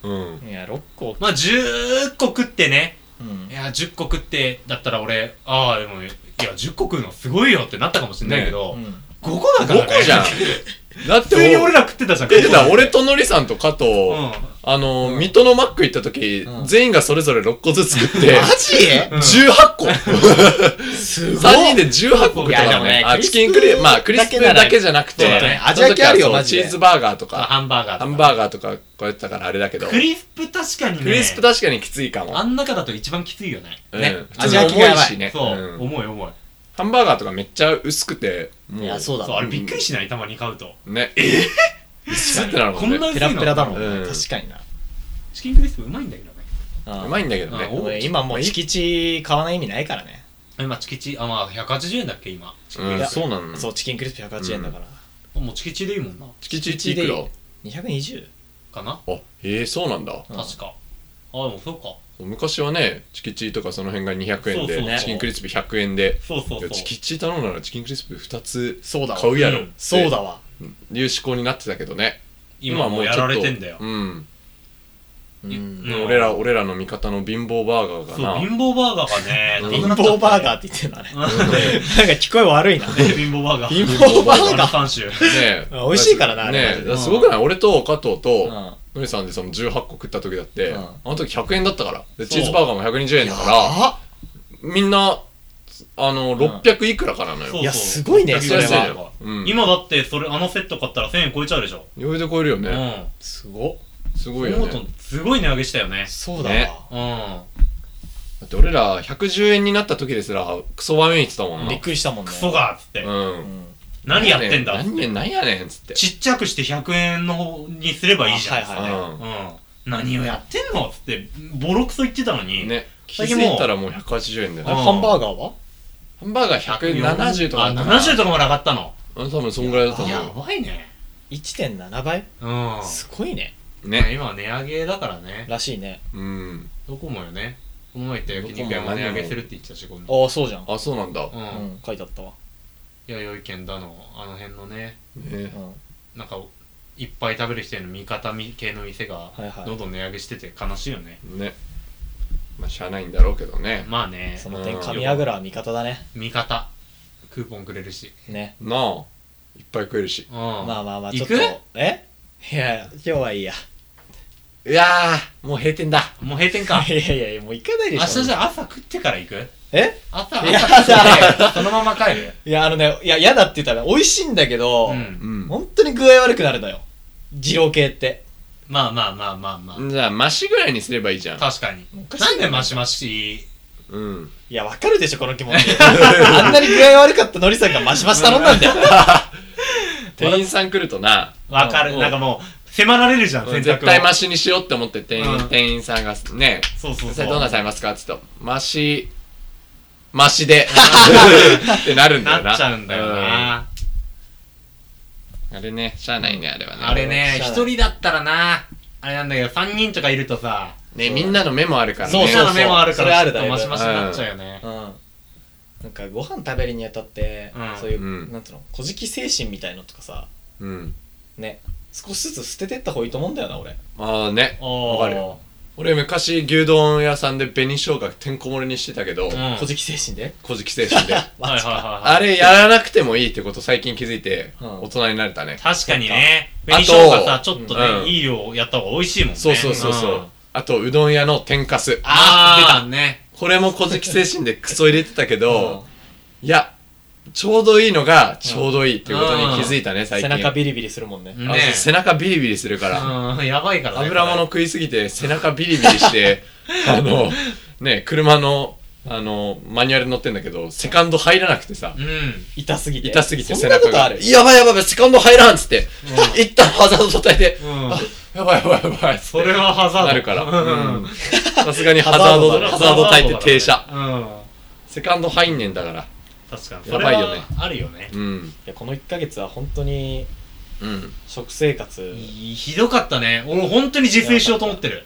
[SPEAKER 1] うん。
[SPEAKER 3] ん。いや、6個。
[SPEAKER 2] まあ、10個食ってね。
[SPEAKER 3] うん
[SPEAKER 2] い。や、10個食って、だったら俺、ああ、でも、いや、10個食うのすごいよってなったかもしれないけど、
[SPEAKER 3] うん
[SPEAKER 2] 5個だから、ね。。
[SPEAKER 1] 5個じゃん
[SPEAKER 2] [LAUGHS]
[SPEAKER 1] だっ
[SPEAKER 2] 普通に
[SPEAKER 1] ても
[SPEAKER 2] 俺
[SPEAKER 1] う、
[SPEAKER 2] ら食ってたじゃん。
[SPEAKER 1] 出てた
[SPEAKER 2] 五個
[SPEAKER 1] 俺とのりさんと加藤、
[SPEAKER 2] うん。
[SPEAKER 1] あの、
[SPEAKER 3] うん
[SPEAKER 1] 水戸のマック行った時、
[SPEAKER 3] うん
[SPEAKER 1] 全員がそれぞれ6個ずつ食って
[SPEAKER 3] マ、ジ
[SPEAKER 1] [LAUGHS]
[SPEAKER 2] うん
[SPEAKER 1] 18個
[SPEAKER 3] すごい。
[SPEAKER 1] 3人で18個食った
[SPEAKER 3] いやで
[SPEAKER 1] から
[SPEAKER 3] もね
[SPEAKER 1] ね。あ、
[SPEAKER 3] クリス
[SPEAKER 1] チ
[SPEAKER 3] プ
[SPEAKER 1] キンクリーム、まあ、クリスプだけじゃなくて、
[SPEAKER 3] そうだね
[SPEAKER 1] その時は
[SPEAKER 3] 味あるよ
[SPEAKER 1] そう
[SPEAKER 3] マジで
[SPEAKER 1] チーズバーガーと
[SPEAKER 2] まあ
[SPEAKER 1] か、
[SPEAKER 2] ハンバーガ
[SPEAKER 1] ハ
[SPEAKER 2] ーとか。
[SPEAKER 1] ンバーガーとか、こうやってたからあれだけど、
[SPEAKER 2] ク
[SPEAKER 1] ク
[SPEAKER 2] リスプ確かにね。
[SPEAKER 1] リスプ確かにきついかも
[SPEAKER 2] あ。ん中だと一番きついよね。
[SPEAKER 1] うん
[SPEAKER 3] ね
[SPEAKER 1] 普通
[SPEAKER 3] 味
[SPEAKER 1] に
[SPEAKER 3] は
[SPEAKER 1] 重
[SPEAKER 3] 気が
[SPEAKER 1] い
[SPEAKER 3] 弱い
[SPEAKER 1] しね。
[SPEAKER 2] そうう。
[SPEAKER 1] ん
[SPEAKER 2] 重い重い。
[SPEAKER 1] ハンバーガーとかめっちゃ薄くて、もう、
[SPEAKER 3] いや、そうだ
[SPEAKER 2] そう、あれびっくりしないたまに買うと。
[SPEAKER 1] ね。薄ってなるも
[SPEAKER 2] こ
[SPEAKER 1] んね
[SPEAKER 2] ん。な薄
[SPEAKER 3] ペ
[SPEAKER 2] いの
[SPEAKER 3] ラッペラだもん
[SPEAKER 1] う
[SPEAKER 3] ね。
[SPEAKER 1] ん
[SPEAKER 3] 確かにな。
[SPEAKER 2] チキンクリスプうまいんだけどね。
[SPEAKER 3] あ
[SPEAKER 1] うまいんだけど
[SPEAKER 2] あ
[SPEAKER 1] ね。
[SPEAKER 2] お
[SPEAKER 3] 俺今もう敷地買わない意味ないからね。
[SPEAKER 2] 今、チキチ、あ、まあ、180円だっけ、今。チキンク
[SPEAKER 1] う
[SPEAKER 2] リ
[SPEAKER 1] ん、
[SPEAKER 2] ス
[SPEAKER 1] そうなの。
[SPEAKER 3] そう、チキンクリスプ180円だから。
[SPEAKER 2] プ。もうチキチでいいもんな。
[SPEAKER 1] チキチキいくら
[SPEAKER 3] チ220?
[SPEAKER 2] かな
[SPEAKER 1] あ、へえ、そうなんだ。
[SPEAKER 3] うん
[SPEAKER 2] 確か。あ、でもそうか。
[SPEAKER 1] 昔はね、チキチとかその辺が200円
[SPEAKER 2] そうそう
[SPEAKER 3] ね
[SPEAKER 1] で、チキンクリスプ100円で、
[SPEAKER 2] そうそうそう。
[SPEAKER 1] チキチ頼むならチキンクリスプ2つ
[SPEAKER 3] そうだわ
[SPEAKER 1] 買。うやろ
[SPEAKER 2] う
[SPEAKER 1] っ
[SPEAKER 2] ん
[SPEAKER 1] て。
[SPEAKER 3] そうだわ。
[SPEAKER 1] いう思考になってたけどね
[SPEAKER 2] 今も
[SPEAKER 1] ち
[SPEAKER 2] う
[SPEAKER 1] ょ
[SPEAKER 2] や
[SPEAKER 1] っと
[SPEAKER 2] られてんだよ
[SPEAKER 1] う。ん、
[SPEAKER 3] うん。
[SPEAKER 2] うん
[SPEAKER 1] 俺ら俺らの味方の貧乏バーガ
[SPEAKER 2] そう、
[SPEAKER 1] ーがな
[SPEAKER 2] 貧乏バーガーがね、
[SPEAKER 1] うん
[SPEAKER 2] な
[SPEAKER 3] 貧
[SPEAKER 2] くなっちゃった
[SPEAKER 3] 乏
[SPEAKER 2] ね
[SPEAKER 3] バーガーって言ってんだね。 [LAUGHS] なんか
[SPEAKER 2] うん
[SPEAKER 3] 聞こえ悪いな。
[SPEAKER 2] 貧乏バーガー。
[SPEAKER 3] 貧乏バーガー
[SPEAKER 2] あの3種。
[SPEAKER 1] ねえ
[SPEAKER 3] 美味しいからなあれマ
[SPEAKER 1] ね
[SPEAKER 3] ジ
[SPEAKER 1] え
[SPEAKER 3] で
[SPEAKER 1] だからすごくない俺と加藤
[SPEAKER 3] うん
[SPEAKER 1] とのりさんでその18個食った時だって、
[SPEAKER 3] うん
[SPEAKER 1] あの時100円だったからで
[SPEAKER 2] そう
[SPEAKER 1] チーズバーガーも120円だから
[SPEAKER 3] あ
[SPEAKER 1] みんなあの600いくらからなよ
[SPEAKER 2] そうそう
[SPEAKER 3] いやすごいね
[SPEAKER 2] 安安
[SPEAKER 1] それはい
[SPEAKER 2] よ
[SPEAKER 1] うん
[SPEAKER 2] 今だって、それ、あのセット買ったら1000円超えちゃうでしょ。
[SPEAKER 1] 余裕で超えるよ
[SPEAKER 2] う
[SPEAKER 1] ね、
[SPEAKER 2] ん。
[SPEAKER 3] すごっ
[SPEAKER 1] すごいよ
[SPEAKER 2] 思う
[SPEAKER 1] ね
[SPEAKER 2] と、すごい値上げしたよね。
[SPEAKER 3] そうだ
[SPEAKER 1] ね
[SPEAKER 3] わ。
[SPEAKER 2] うん。
[SPEAKER 1] だって俺ら110円になった時ですらクソ場面言ってたもんな
[SPEAKER 3] びっくりしたもんね。
[SPEAKER 2] クソがっつって。
[SPEAKER 1] う
[SPEAKER 3] うんん。
[SPEAKER 2] 何やってんだっつっ
[SPEAKER 1] 何
[SPEAKER 2] て
[SPEAKER 1] やねん何やねんっつって
[SPEAKER 2] ちっちゃくして100円の方にすればいいじゃん。
[SPEAKER 3] あはいはい
[SPEAKER 1] はい
[SPEAKER 2] うん。何をやってんのっつって、ボロクソ言ってたのに。
[SPEAKER 1] ね気
[SPEAKER 2] 最近もう
[SPEAKER 1] づいたらもう180円だよね
[SPEAKER 2] うん
[SPEAKER 3] ハンバーガーは
[SPEAKER 1] ハンバーガー170とか
[SPEAKER 2] あ、
[SPEAKER 1] だったな
[SPEAKER 2] 70とかもなかったの。
[SPEAKER 1] うん多分そんぐらいだったと
[SPEAKER 2] や
[SPEAKER 1] 思
[SPEAKER 2] ばいね。
[SPEAKER 3] 1.7倍
[SPEAKER 2] うん。
[SPEAKER 3] すごいね。
[SPEAKER 1] う。
[SPEAKER 2] ね、
[SPEAKER 1] ね。
[SPEAKER 2] 今は値上げだからね。
[SPEAKER 3] らしいね。
[SPEAKER 1] うん。
[SPEAKER 2] どこもよね。この前言った焼肉屋も値上げするって言ってたし、この。
[SPEAKER 3] ああ、そうじゃん。
[SPEAKER 1] あ、そうなんだ
[SPEAKER 2] う。。
[SPEAKER 3] うんん、書いてあったわ。
[SPEAKER 2] 弥生県だの、あの辺のね、
[SPEAKER 1] ね
[SPEAKER 3] う。ん。
[SPEAKER 2] なんか、いっぱい食べる人への味方系の店が
[SPEAKER 3] はいは、い
[SPEAKER 2] どんどん値上げしてて悲しいよね。
[SPEAKER 1] ね。まあ、しゃあないんだろうけどね。
[SPEAKER 2] まあね、
[SPEAKER 3] その点、
[SPEAKER 1] うん
[SPEAKER 3] 神あぐらは味方だね。
[SPEAKER 2] 味方。クーポンくれるし。
[SPEAKER 3] ね。
[SPEAKER 1] なあ。いっぱい食えるし。
[SPEAKER 2] うん。
[SPEAKER 3] まあまあまあ、ちょ
[SPEAKER 2] 行
[SPEAKER 3] っと
[SPEAKER 2] く。
[SPEAKER 3] えいや、今日はいいや。
[SPEAKER 1] いやー、もう閉店だ。
[SPEAKER 2] もう閉店か
[SPEAKER 3] [LAUGHS] 。いやいやいや、もう行かないで
[SPEAKER 2] 明
[SPEAKER 3] しょ。
[SPEAKER 2] 日じゃあ朝食ってから行く
[SPEAKER 3] え
[SPEAKER 2] 朝、
[SPEAKER 3] や
[SPEAKER 2] 朝食って、そのまま帰る。
[SPEAKER 3] [LAUGHS] いや、あのね、いや、嫌だって言ったら、美味しいんだけど、
[SPEAKER 2] うん。
[SPEAKER 1] ん
[SPEAKER 3] 本当に具合悪くなるのよ。二郎系って。
[SPEAKER 2] まあまあまあまあまあ。
[SPEAKER 1] じゃあ、マシぐらいにすればいいじゃん。
[SPEAKER 2] 確かに
[SPEAKER 3] お。かしい
[SPEAKER 2] な
[SPEAKER 3] ね
[SPEAKER 2] んでマシマシ
[SPEAKER 1] うん。
[SPEAKER 3] いや、わかるでしょ、この気持ち。 [LAUGHS] あんなに具合悪かったのりさんがマシマシ頼んだんだよ。
[SPEAKER 1] 店員さん来るとな、
[SPEAKER 2] わかる。
[SPEAKER 1] うん
[SPEAKER 2] なんかもう、迫られるじゃん、選択を。
[SPEAKER 1] 絶対マシにしようって思って店
[SPEAKER 2] う
[SPEAKER 1] 員
[SPEAKER 2] ん
[SPEAKER 1] 店員さんがね、
[SPEAKER 2] そうそう
[SPEAKER 1] そ
[SPEAKER 2] そう。
[SPEAKER 1] れどうなさいますかって言ったら、マシマシで [LAUGHS] ってなるんだよな。
[SPEAKER 2] なっちゃうんだよな。
[SPEAKER 1] うん。あれね、しゃあないね、あれはね。
[SPEAKER 2] あれね、
[SPEAKER 3] そう
[SPEAKER 2] 一人だったらな、あれなんだけど、三人とかいるとさ、
[SPEAKER 1] ね、みんなの目もあるからね。
[SPEAKER 3] そう
[SPEAKER 2] みんな
[SPEAKER 3] そう
[SPEAKER 2] の目もあるか
[SPEAKER 3] それあ
[SPEAKER 2] ら、
[SPEAKER 3] る
[SPEAKER 2] ちょっとマシマシになっちゃうよね。
[SPEAKER 3] うんなんかご飯食べるにあたって、
[SPEAKER 2] うん
[SPEAKER 3] そういう、
[SPEAKER 1] うん
[SPEAKER 3] なんつうの小じき精神みたいのとかさ
[SPEAKER 1] うん。
[SPEAKER 3] ね少しずつ捨ててった方がいいと思うんだよな俺
[SPEAKER 1] ああね。
[SPEAKER 2] おー
[SPEAKER 1] わかるよ俺昔牛丼屋さんで紅生姜てんこ盛りにしてたけど、
[SPEAKER 2] うん
[SPEAKER 3] 小じき精神で
[SPEAKER 1] 小じき精神で。
[SPEAKER 2] はいはいはいはい。
[SPEAKER 1] あれやらなくてもいいってこと最近気づいて、
[SPEAKER 3] うん
[SPEAKER 1] 大人になれたね。
[SPEAKER 2] 確かにね。
[SPEAKER 1] あ
[SPEAKER 2] 紅
[SPEAKER 1] と
[SPEAKER 2] 生姜さ、ちょっとね、
[SPEAKER 1] うん
[SPEAKER 2] いい量やった方が美味しいもんね。
[SPEAKER 1] そうそうそうそう。
[SPEAKER 2] ん
[SPEAKER 1] あと、うどん屋の天かす。
[SPEAKER 2] あー、出たね。
[SPEAKER 1] これも小じき精神でクソ入れてたけ
[SPEAKER 3] うん
[SPEAKER 1] ど、いや、ちょうどいいのがちょうどいいってことに気づいたね、最
[SPEAKER 3] 背
[SPEAKER 1] 近。
[SPEAKER 3] 中ビリビリするもんね、
[SPEAKER 2] うん
[SPEAKER 1] あそう背中ビリビリするから。
[SPEAKER 2] うん、やばいからね。
[SPEAKER 1] 油物
[SPEAKER 2] こ
[SPEAKER 1] 食いすぎて背中ビリビリしてあのね車のあのマニュアル乗ってんだけどセカンド入らなくてさ
[SPEAKER 2] れ。うん。
[SPEAKER 3] 痛すぎて
[SPEAKER 1] 痛すぎて
[SPEAKER 3] そ
[SPEAKER 1] 背
[SPEAKER 3] んなこ
[SPEAKER 1] 中
[SPEAKER 3] とあ
[SPEAKER 1] が
[SPEAKER 3] る
[SPEAKER 1] やばいやばいやばいセカンド入らんっつって
[SPEAKER 2] う
[SPEAKER 1] 一旦ハザード状態で
[SPEAKER 2] うん。
[SPEAKER 1] やばいやばいやばいっつって
[SPEAKER 2] それはハザード。
[SPEAKER 1] なるから
[SPEAKER 2] うん。
[SPEAKER 1] うんさすがにハザード
[SPEAKER 3] ハザードだ
[SPEAKER 1] ハザード耐えて停車
[SPEAKER 2] うん。
[SPEAKER 1] セカンド入んねんだから
[SPEAKER 2] 確かに。
[SPEAKER 1] やばいよね
[SPEAKER 2] それはあるよね。
[SPEAKER 1] うん
[SPEAKER 3] いやこの1ヶ月は本当に
[SPEAKER 1] うん
[SPEAKER 3] 食生活
[SPEAKER 2] ひどかったね。俺本当に自炊しようと思ってる。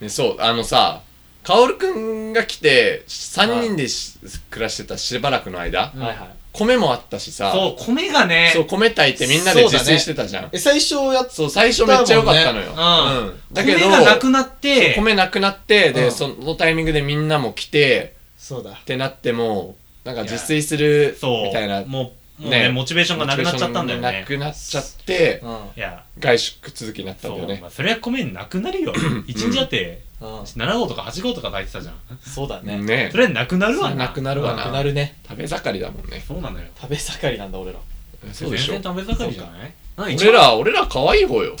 [SPEAKER 1] ねそうあのさカオルくんが来て3人でし暮らしてたしばらくの間
[SPEAKER 2] うん
[SPEAKER 3] はいはい
[SPEAKER 1] 米もあったしさ
[SPEAKER 2] そう、米がね。
[SPEAKER 1] そう米炊いてみんなで自炊してたじゃん
[SPEAKER 3] え最初やっ
[SPEAKER 1] そう、最初めっちゃ良かったのよ。
[SPEAKER 2] だもんね
[SPEAKER 1] うんだけど、
[SPEAKER 2] 米がなくなって、
[SPEAKER 1] 米なくなって、
[SPEAKER 3] う
[SPEAKER 1] で、
[SPEAKER 3] ん
[SPEAKER 1] そのタイミングでみんなも来て、
[SPEAKER 3] そうだ
[SPEAKER 1] ってなっても、なんか自炊する、
[SPEAKER 2] そう。
[SPEAKER 1] みたいな、
[SPEAKER 2] もう、もう
[SPEAKER 1] ね
[SPEAKER 2] ね、モチベーションがなくなっちゃったんだよ
[SPEAKER 1] モ
[SPEAKER 2] ね
[SPEAKER 1] チ。ベーションがなくなっちゃって
[SPEAKER 3] う、ん
[SPEAKER 2] いや、
[SPEAKER 1] 外食続きになったん
[SPEAKER 2] そ
[SPEAKER 1] だよ
[SPEAKER 2] う。
[SPEAKER 1] ね
[SPEAKER 2] ま。あそれは米なくなる [LAUGHS] よ。一日だって、
[SPEAKER 3] うん
[SPEAKER 2] 7号とか8号とか炊いてたじゃん。
[SPEAKER 3] そうだね
[SPEAKER 1] ね
[SPEAKER 2] それはなくなるわ
[SPEAKER 1] なくなるわ
[SPEAKER 3] なくなるね
[SPEAKER 1] 食べ盛りだもんね。
[SPEAKER 2] [LAUGHS] そうなのよ。
[SPEAKER 3] 食べ盛りなんだ俺ら
[SPEAKER 1] そうでしょ
[SPEAKER 2] 全。然食べ盛りじゃないなんか
[SPEAKER 1] 俺ら、俺ら可愛い方よ。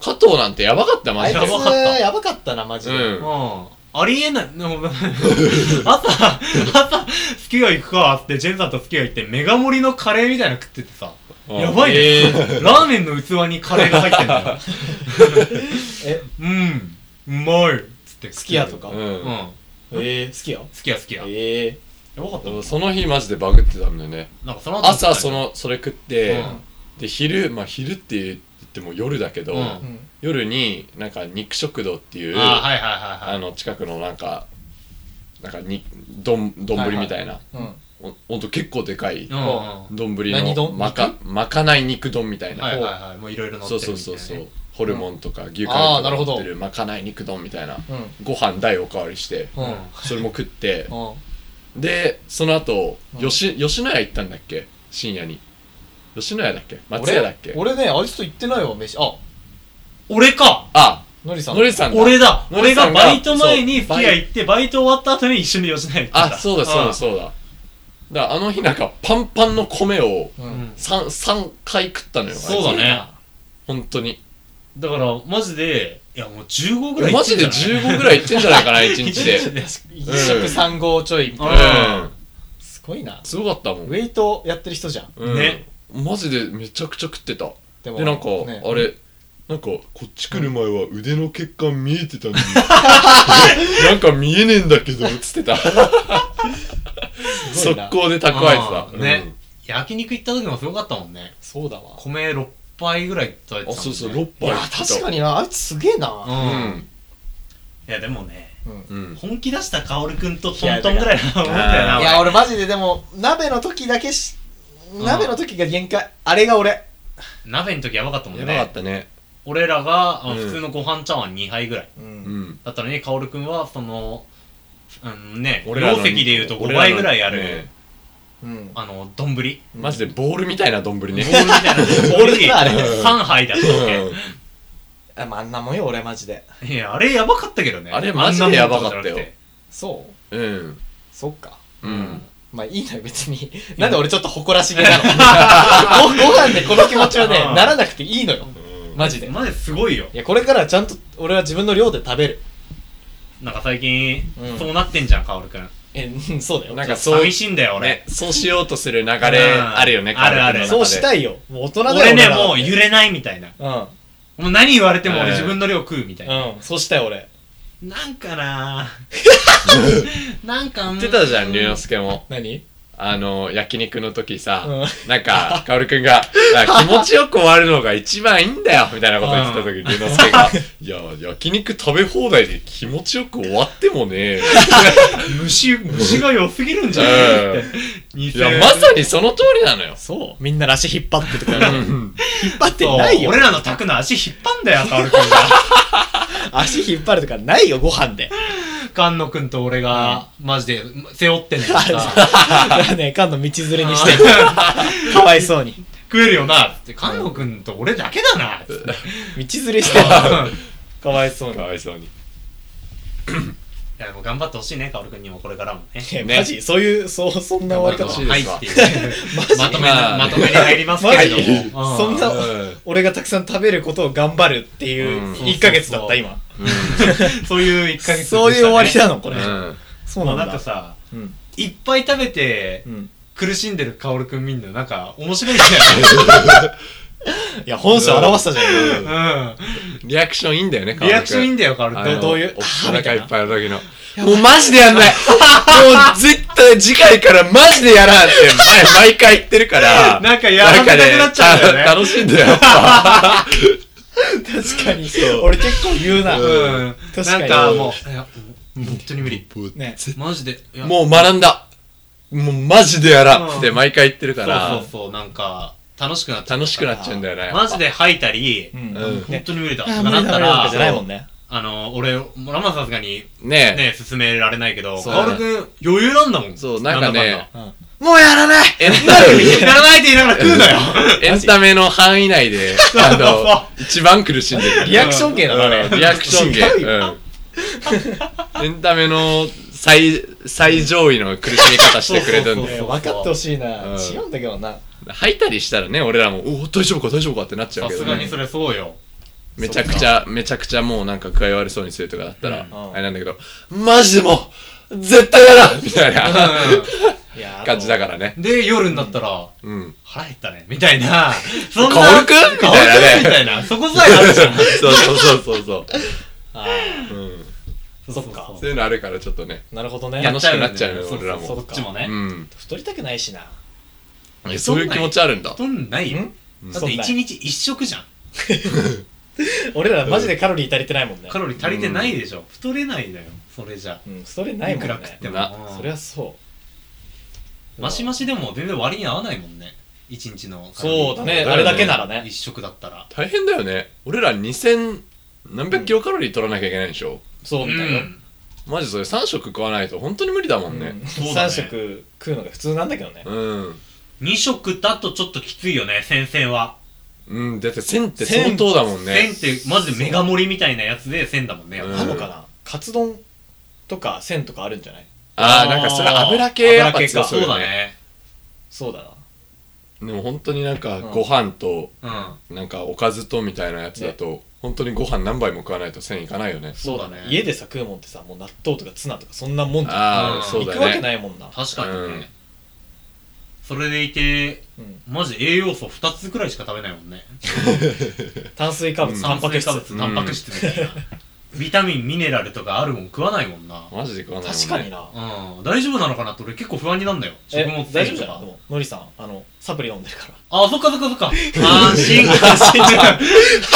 [SPEAKER 1] 加藤なんてやばかったよ、マ
[SPEAKER 3] あい
[SPEAKER 1] ジ
[SPEAKER 3] つ
[SPEAKER 1] で。
[SPEAKER 2] やばかった
[SPEAKER 3] やばかったなマジで、
[SPEAKER 1] うん
[SPEAKER 2] うん。あ [LAUGHS] りえない。でも朝、朝、スキュー行くかっつって、ジェンさんとスキュー行って、メガ盛りのカレーみたいなの食っててさ、
[SPEAKER 1] うん
[SPEAKER 2] やばい
[SPEAKER 1] え
[SPEAKER 2] ね
[SPEAKER 1] ー。
[SPEAKER 2] [LAUGHS] ラーメンの器にカレーが入ってんだよ。
[SPEAKER 3] え
[SPEAKER 2] うん、うまいっつって。
[SPEAKER 3] 好きやとか、
[SPEAKER 1] う
[SPEAKER 2] うん。
[SPEAKER 1] ん。
[SPEAKER 2] 好
[SPEAKER 3] えー、好きや
[SPEAKER 2] きや好きや。や
[SPEAKER 3] ええ
[SPEAKER 2] ばかったもん
[SPEAKER 1] その日マジでバグってたんだよね。
[SPEAKER 2] なんかその後
[SPEAKER 1] 朝そ、のそれ食って、
[SPEAKER 2] うん
[SPEAKER 1] で昼まあ昼って言っても夜だけど、
[SPEAKER 2] うん
[SPEAKER 3] うん
[SPEAKER 1] 夜になんか肉食堂っていう
[SPEAKER 2] あ
[SPEAKER 1] あ,、
[SPEAKER 2] はいはいはいはい。
[SPEAKER 1] の近くのなんかなんかに丼丼みたいな、
[SPEAKER 3] うん
[SPEAKER 1] ほんほんと結構でかい
[SPEAKER 2] うんうん
[SPEAKER 1] 丼
[SPEAKER 3] 何
[SPEAKER 1] の
[SPEAKER 3] 丼
[SPEAKER 1] まかまかない肉丼みたいな、
[SPEAKER 2] はいはいはい。もういろいろ乗って
[SPEAKER 1] そ
[SPEAKER 2] る
[SPEAKER 1] うそうそう
[SPEAKER 2] みた
[SPEAKER 1] そ
[SPEAKER 2] いうなね
[SPEAKER 1] ホルモンとか牛カルと
[SPEAKER 3] あーな
[SPEAKER 1] か
[SPEAKER 3] るほ
[SPEAKER 1] 乗
[SPEAKER 3] ど
[SPEAKER 1] ってるまかない肉丼みたいな
[SPEAKER 3] うん
[SPEAKER 1] ご飯代おかわりして
[SPEAKER 3] うん
[SPEAKER 1] それも食って
[SPEAKER 3] うん
[SPEAKER 1] でその後、
[SPEAKER 3] うん
[SPEAKER 1] 吉吉野家行ったんだっけ深夜に吉野家だっけ松屋だっけ
[SPEAKER 3] 俺俺ねあいつと行ってないわ飯あ
[SPEAKER 2] 俺か
[SPEAKER 1] あ
[SPEAKER 3] のりさん
[SPEAKER 1] のりさんだ
[SPEAKER 2] 俺だ
[SPEAKER 1] のり
[SPEAKER 2] 俺
[SPEAKER 1] さ
[SPEAKER 2] が
[SPEAKER 1] んが
[SPEAKER 2] バイト前に
[SPEAKER 1] そう
[SPEAKER 2] 吹き屋行ってバイト終わった後に一緒に吉野家行ってた
[SPEAKER 1] あそうだそうだそうだだからあの日なんかパンパンの米を
[SPEAKER 3] う
[SPEAKER 2] うん
[SPEAKER 3] ん、
[SPEAKER 1] 3, 三回食ったのよ
[SPEAKER 2] そうだね
[SPEAKER 1] 本当に
[SPEAKER 2] だからマジでいやもう15ぐらい行
[SPEAKER 1] マ
[SPEAKER 2] って
[SPEAKER 1] ジ
[SPEAKER 2] んじ
[SPEAKER 1] で
[SPEAKER 2] ゃない
[SPEAKER 1] 15ぐらいいってんじゃないか
[SPEAKER 2] [LAUGHS]
[SPEAKER 1] な1日で
[SPEAKER 2] 一日で
[SPEAKER 3] 一食3合ちょいみたいな、
[SPEAKER 2] う
[SPEAKER 1] うん
[SPEAKER 3] すごいな
[SPEAKER 1] すごかったも
[SPEAKER 3] ウ
[SPEAKER 1] ん、
[SPEAKER 3] ェイトやってる人じゃん
[SPEAKER 1] うん
[SPEAKER 2] ね
[SPEAKER 1] マジでめちゃくちゃ食ってた
[SPEAKER 3] で
[SPEAKER 1] でなんか、
[SPEAKER 3] ね
[SPEAKER 1] あれなんかこっち来る前は腕の血管見えてたのに [LAUGHS] なんか見えねえんだけど
[SPEAKER 2] [LAUGHS]
[SPEAKER 1] つってた
[SPEAKER 3] すごい
[SPEAKER 1] 速
[SPEAKER 3] な
[SPEAKER 1] 攻で蓄えてた
[SPEAKER 2] うんね焼肉行った時もすごかったもんね
[SPEAKER 3] そうだわ
[SPEAKER 2] 米6杯ぐらい
[SPEAKER 1] う
[SPEAKER 2] 食べてたもん
[SPEAKER 1] ん
[SPEAKER 2] ね
[SPEAKER 1] あそうそう6
[SPEAKER 3] い
[SPEAKER 1] 杯
[SPEAKER 3] や
[SPEAKER 1] 食って
[SPEAKER 3] 確
[SPEAKER 1] た
[SPEAKER 3] かになあいつすげえ
[SPEAKER 2] う
[SPEAKER 3] なん
[SPEAKER 1] うん
[SPEAKER 2] いやでもね
[SPEAKER 3] うん
[SPEAKER 1] うん
[SPEAKER 2] 本気出した薫くんとトントンぐらいなもんだよ
[SPEAKER 1] あ
[SPEAKER 2] ない俺
[SPEAKER 3] や俺マジででも鍋の時だけし
[SPEAKER 2] ん
[SPEAKER 3] 鍋の時が限界あれが俺
[SPEAKER 2] 鍋の時やばかったもん
[SPEAKER 1] やばかっ
[SPEAKER 2] ね
[SPEAKER 1] たね
[SPEAKER 2] 俺らがあの
[SPEAKER 1] うん
[SPEAKER 2] 普通のご飯茶碗2杯ぐらいう
[SPEAKER 1] うんん
[SPEAKER 2] だったのに薫くんはそのうんね
[SPEAKER 1] 俺ら
[SPEAKER 2] 容
[SPEAKER 1] の
[SPEAKER 2] 積でいうと5倍ぐらいある、
[SPEAKER 1] 俺らのね
[SPEAKER 3] うん
[SPEAKER 2] あの丼ぶり
[SPEAKER 1] マジでボールみたいな丼
[SPEAKER 2] ボ
[SPEAKER 1] ね
[SPEAKER 2] ールみたいな
[SPEAKER 3] ボールだあれ
[SPEAKER 2] 3杯だったっ
[SPEAKER 3] あまああんなもんよ俺マジで
[SPEAKER 2] けいやあれやばかったけどね
[SPEAKER 1] あれマジでやばかったよ
[SPEAKER 2] あんなもんとじゃなくて
[SPEAKER 3] そ
[SPEAKER 1] [LAUGHS]
[SPEAKER 3] う
[SPEAKER 1] うん
[SPEAKER 3] そっか
[SPEAKER 1] うん
[SPEAKER 3] まあいいのよ別になんで俺ちょっと誇らしげなのごご飯でこの気持ちはね
[SPEAKER 2] うん
[SPEAKER 3] ならなくていいのよ
[SPEAKER 1] ま
[SPEAKER 3] マジで
[SPEAKER 2] マジですごいよ
[SPEAKER 3] いやこれからはちゃんと俺は自分の量で食べる
[SPEAKER 2] なんか最近、
[SPEAKER 3] うん
[SPEAKER 2] そうなってんじゃんカオルくん
[SPEAKER 3] えうんそうだよ
[SPEAKER 1] なん
[SPEAKER 3] じゃ
[SPEAKER 1] か
[SPEAKER 3] あ
[SPEAKER 1] そう
[SPEAKER 2] 寂しいんだよ俺、
[SPEAKER 1] ねそうしようとする流れあるよね
[SPEAKER 2] うんあるある
[SPEAKER 1] 彼
[SPEAKER 3] そ
[SPEAKER 1] の中で
[SPEAKER 3] うしたいよもう大人だよ
[SPEAKER 2] 俺ね
[SPEAKER 3] らは
[SPEAKER 2] もう揺れないみたいな
[SPEAKER 3] うん
[SPEAKER 2] もう何言われても
[SPEAKER 1] うん
[SPEAKER 2] 俺自分の量食うみたいな、
[SPEAKER 3] うんそうしたい俺
[SPEAKER 2] なんかな
[SPEAKER 1] [LAUGHS]
[SPEAKER 2] [LAUGHS] なんか
[SPEAKER 1] 言ってたじゃん、龍
[SPEAKER 2] 龍
[SPEAKER 1] 之介も。
[SPEAKER 3] 何
[SPEAKER 1] あの、焼肉の時さ、
[SPEAKER 3] うん
[SPEAKER 1] なんか、かおるくんが、なん
[SPEAKER 2] [LAUGHS]
[SPEAKER 1] か気持ちよく終わるのが一番いいんだよ、みたいなこと言ってた時、龍之介が、いや、焼肉食べ放題で気持ちよく終わってもね、
[SPEAKER 2] 虫、虫が良すぎるんじゃない
[SPEAKER 1] うん
[SPEAKER 2] [LAUGHS] って。似
[SPEAKER 1] い
[SPEAKER 2] て
[SPEAKER 1] や、
[SPEAKER 2] る
[SPEAKER 1] まさにその通りなのよ。
[SPEAKER 3] そう。みんなら足引っ張ってとか、
[SPEAKER 1] うん
[SPEAKER 3] 引っ張ってないよ
[SPEAKER 2] 俺。らのタクの足引っ張んだよ、カオルくん
[SPEAKER 3] [LAUGHS]
[SPEAKER 2] が。
[SPEAKER 3] 足引っ張るとかないよ、ご飯で。
[SPEAKER 2] 菅野くんと俺が、マジで、背負ってんの
[SPEAKER 3] あ
[SPEAKER 2] さ
[SPEAKER 3] だから [LAUGHS] ね、缶の道連れに [LAUGHS] してる、かわいそうに。
[SPEAKER 2] 食えるよな、つって。菅野くんと俺だけだな、つって。
[SPEAKER 3] 道連れしてる、
[SPEAKER 2] い
[SPEAKER 3] かわいそう
[SPEAKER 1] か
[SPEAKER 3] に。
[SPEAKER 1] わいそうに。
[SPEAKER 2] や、もう頑張ってほしいね、カオルくんにもこれからもね。
[SPEAKER 3] [LAUGHS] えマジそういう、そう、そんな終わ
[SPEAKER 1] ほし
[SPEAKER 3] り方
[SPEAKER 1] いです
[SPEAKER 2] はい
[SPEAKER 1] わ
[SPEAKER 2] っていう。
[SPEAKER 3] [LAUGHS]
[SPEAKER 2] まとめ
[SPEAKER 1] ま
[SPEAKER 2] な、
[SPEAKER 1] あ
[SPEAKER 2] まとめに入りますけれども。う
[SPEAKER 3] マジそんな
[SPEAKER 1] うん
[SPEAKER 3] 俺がたくさん食べることを頑張るって
[SPEAKER 1] うん
[SPEAKER 3] いう1ヶ月だっ
[SPEAKER 2] そ
[SPEAKER 3] た、
[SPEAKER 2] うそう
[SPEAKER 3] 今。
[SPEAKER 2] そういう一ヶ月でしたね
[SPEAKER 3] そういう終わりだの、これ。
[SPEAKER 1] うん
[SPEAKER 3] そう
[SPEAKER 2] ま
[SPEAKER 3] な
[SPEAKER 2] あ
[SPEAKER 3] ん
[SPEAKER 2] なんか
[SPEAKER 3] だ。
[SPEAKER 2] さ、
[SPEAKER 3] うん。
[SPEAKER 2] いっぱい食べて
[SPEAKER 3] う、ん。
[SPEAKER 2] 苦しんでるカオルくん見んの、なんか、面白いじ
[SPEAKER 3] [LAUGHS]
[SPEAKER 2] ゃ
[SPEAKER 3] いや、本性表したじゃん。
[SPEAKER 2] ん。
[SPEAKER 1] リアクションいいんだよね、
[SPEAKER 2] うん。リアクションいいん
[SPEAKER 1] だ
[SPEAKER 2] だよ、カオルくん。
[SPEAKER 1] よ。
[SPEAKER 3] どういう
[SPEAKER 1] お
[SPEAKER 3] あーみ
[SPEAKER 1] 腹
[SPEAKER 3] た
[SPEAKER 1] い
[SPEAKER 3] い
[SPEAKER 1] っ
[SPEAKER 3] な
[SPEAKER 1] ぱいの時の。もうマジでやんないもう絶対次回からマジでやらんって毎毎回言ってるから。
[SPEAKER 2] なんかやらなくなっちゃうんだよね
[SPEAKER 1] なんか楽しいんだよ、やっ
[SPEAKER 2] [LAUGHS]
[SPEAKER 1] ぱ。
[SPEAKER 3] 確かに。俺結構言うな。
[SPEAKER 2] うん。
[SPEAKER 3] 確
[SPEAKER 2] な
[SPEAKER 3] かに
[SPEAKER 2] んかもう、いや、本当に無理。
[SPEAKER 3] ね。
[SPEAKER 2] マジで。いや
[SPEAKER 1] もう学んだ。もうマジでやらんって毎回言ってるから
[SPEAKER 2] そう、そうそう、なんか、楽しくなっちゃう
[SPEAKER 1] 楽しくなっちゃうんだよね。
[SPEAKER 2] マジで吐いたり、
[SPEAKER 3] うん。
[SPEAKER 1] うん
[SPEAKER 2] 本当に無理だ。と
[SPEAKER 3] あ
[SPEAKER 2] か
[SPEAKER 3] ー無
[SPEAKER 2] な
[SPEAKER 3] 理
[SPEAKER 2] っ
[SPEAKER 3] だ
[SPEAKER 2] た
[SPEAKER 3] 無理だって
[SPEAKER 2] ら、
[SPEAKER 3] じゃないもんね。
[SPEAKER 2] あの、俺、まあまあさすがに、
[SPEAKER 1] ね
[SPEAKER 2] ね、進められないけど、
[SPEAKER 1] そう
[SPEAKER 2] カオルくん、余裕なんだもん。
[SPEAKER 1] え。そう、なんか
[SPEAKER 2] だ
[SPEAKER 1] ね
[SPEAKER 2] か、
[SPEAKER 3] もうやらない
[SPEAKER 1] エン
[SPEAKER 2] んだやらないって言いながら食うなよ。
[SPEAKER 1] エンタメの範囲内
[SPEAKER 2] [LAUGHS]
[SPEAKER 1] で、あの、一番苦しんでる。
[SPEAKER 3] リアクション系だな、あれ。
[SPEAKER 1] リアクション芸。
[SPEAKER 3] 違うよ
[SPEAKER 1] うんエンタメの最、最上位の苦しみ方してくれるん
[SPEAKER 2] そうそう
[SPEAKER 1] で。
[SPEAKER 2] そ
[SPEAKER 3] ね
[SPEAKER 2] う
[SPEAKER 3] 分かってほしいな。
[SPEAKER 1] うん
[SPEAKER 3] 違うんだけどな。
[SPEAKER 1] 吐いたりしたらね、俺らも、おお、大丈夫か大丈夫かってなっちゃう
[SPEAKER 2] さ
[SPEAKER 1] け
[SPEAKER 2] す
[SPEAKER 1] ど
[SPEAKER 2] がに
[SPEAKER 1] ね。
[SPEAKER 2] それそうよ。
[SPEAKER 1] めちゃくちゃ、めちゃくちゃもうなんか具合悪そうにするとかだったら
[SPEAKER 2] う、
[SPEAKER 3] ん
[SPEAKER 1] あれなんだけど、マジでもう、絶対やらん [LAUGHS] みたいな
[SPEAKER 3] うんいや
[SPEAKER 1] 感じだからね。
[SPEAKER 2] で、夜になったら、
[SPEAKER 1] うん。
[SPEAKER 2] 腹減ったね、みたいな。そんな。
[SPEAKER 1] カオルくんみ
[SPEAKER 2] カオルくん
[SPEAKER 1] たい
[SPEAKER 2] み
[SPEAKER 1] なね。
[SPEAKER 2] たいな。そこさえあるじゃん。
[SPEAKER 1] そうそうそうそうそう。
[SPEAKER 3] ら。あ
[SPEAKER 1] う
[SPEAKER 3] ー
[SPEAKER 1] ん。
[SPEAKER 3] そっか
[SPEAKER 2] う
[SPEAKER 1] そういうのあるからちょっとね、
[SPEAKER 3] なるほどね。
[SPEAKER 1] 楽しくなっちゃう
[SPEAKER 2] や
[SPEAKER 1] よ、
[SPEAKER 2] っちゃうんだ
[SPEAKER 1] 俺
[SPEAKER 2] よね
[SPEAKER 1] ら
[SPEAKER 3] そう
[SPEAKER 1] も
[SPEAKER 3] そう。
[SPEAKER 2] こっちもね。
[SPEAKER 1] うん。
[SPEAKER 3] 太りたくないしな。
[SPEAKER 1] えそういう気持ちあるんだ
[SPEAKER 2] ほ。とんどないよ。だっ
[SPEAKER 3] そ
[SPEAKER 2] て
[SPEAKER 3] んな
[SPEAKER 2] 一日一食じゃん。
[SPEAKER 3] 俺らマジでカロリー足りてないもんね
[SPEAKER 2] カ。ロリー足りてないでしょ。太れないのよ。それじゃ。
[SPEAKER 3] うん、それない
[SPEAKER 2] い
[SPEAKER 3] もん
[SPEAKER 2] くら食っ
[SPEAKER 3] ね。
[SPEAKER 2] ても
[SPEAKER 1] な。
[SPEAKER 2] うん
[SPEAKER 3] そりゃそう。
[SPEAKER 2] マシマシでも全然割に合わないもんね。一日のカロリー。
[SPEAKER 3] そうだね。
[SPEAKER 1] だよね
[SPEAKER 3] あれだけならね。
[SPEAKER 2] 一食だったら。
[SPEAKER 1] 大変だよね俺ら2000何百キロカロリー取らなきゃいけないでしょ、
[SPEAKER 3] そうみたいな。
[SPEAKER 1] マジそれ3食食わないと本当に無理だもんね
[SPEAKER 2] そうだね
[SPEAKER 3] 3食食うのが普通なんだけどね
[SPEAKER 1] う。ん
[SPEAKER 2] 二食だとちょっときついよね、先々は。
[SPEAKER 1] うん、だって1000って相当だもんね
[SPEAKER 2] 1000って、マジでメガ盛りみたいなやつで1000だもんね。やっぱ
[SPEAKER 1] うん
[SPEAKER 3] なのかなカツ丼とか1000とかあるんじゃない
[SPEAKER 1] ああなんかそれ油系やっぱ
[SPEAKER 3] 油系
[SPEAKER 1] 強
[SPEAKER 3] か
[SPEAKER 1] そう
[SPEAKER 2] そう
[SPEAKER 1] よ
[SPEAKER 2] だ
[SPEAKER 1] ね
[SPEAKER 2] ね。
[SPEAKER 3] そうだな。
[SPEAKER 1] でも本当になんか
[SPEAKER 3] うん
[SPEAKER 1] ご飯と
[SPEAKER 2] うん。
[SPEAKER 1] なんかおかずとみたいなやつだと、本当にご飯何杯も食わないと1000いかないよね
[SPEAKER 2] そうだね。
[SPEAKER 3] 家でさ食うもんってさ、もう納豆とかツナとかそんなもんじゃん。
[SPEAKER 1] あ
[SPEAKER 2] うん
[SPEAKER 1] あそ
[SPEAKER 3] 行
[SPEAKER 1] うだ
[SPEAKER 3] くわけ
[SPEAKER 1] よね
[SPEAKER 3] ないもんな。
[SPEAKER 2] 確かにね、
[SPEAKER 1] うん
[SPEAKER 2] それでいて
[SPEAKER 3] うん
[SPEAKER 2] マジ栄養素2つくらいしか食べないもんね
[SPEAKER 3] 炭水化
[SPEAKER 1] うん
[SPEAKER 3] 物、タンパク質。
[SPEAKER 2] 炭水化
[SPEAKER 3] 確
[SPEAKER 2] 物タンパク質みたいな、ビタミンミネラルとかあるもん食わないもんな
[SPEAKER 1] マジで食わないもん、ね、
[SPEAKER 3] かにな。
[SPEAKER 2] うん大丈夫なのかなって俺結構不安になるんだよ
[SPEAKER 3] え
[SPEAKER 2] 食物、繊
[SPEAKER 3] 大丈
[SPEAKER 2] 維
[SPEAKER 3] 夫じ
[SPEAKER 2] と
[SPEAKER 3] ゃない
[SPEAKER 2] か
[SPEAKER 3] でものりさん、あの、サプリ飲んでるか
[SPEAKER 2] あそっかそっかそっ
[SPEAKER 3] [LAUGHS]
[SPEAKER 2] か安心安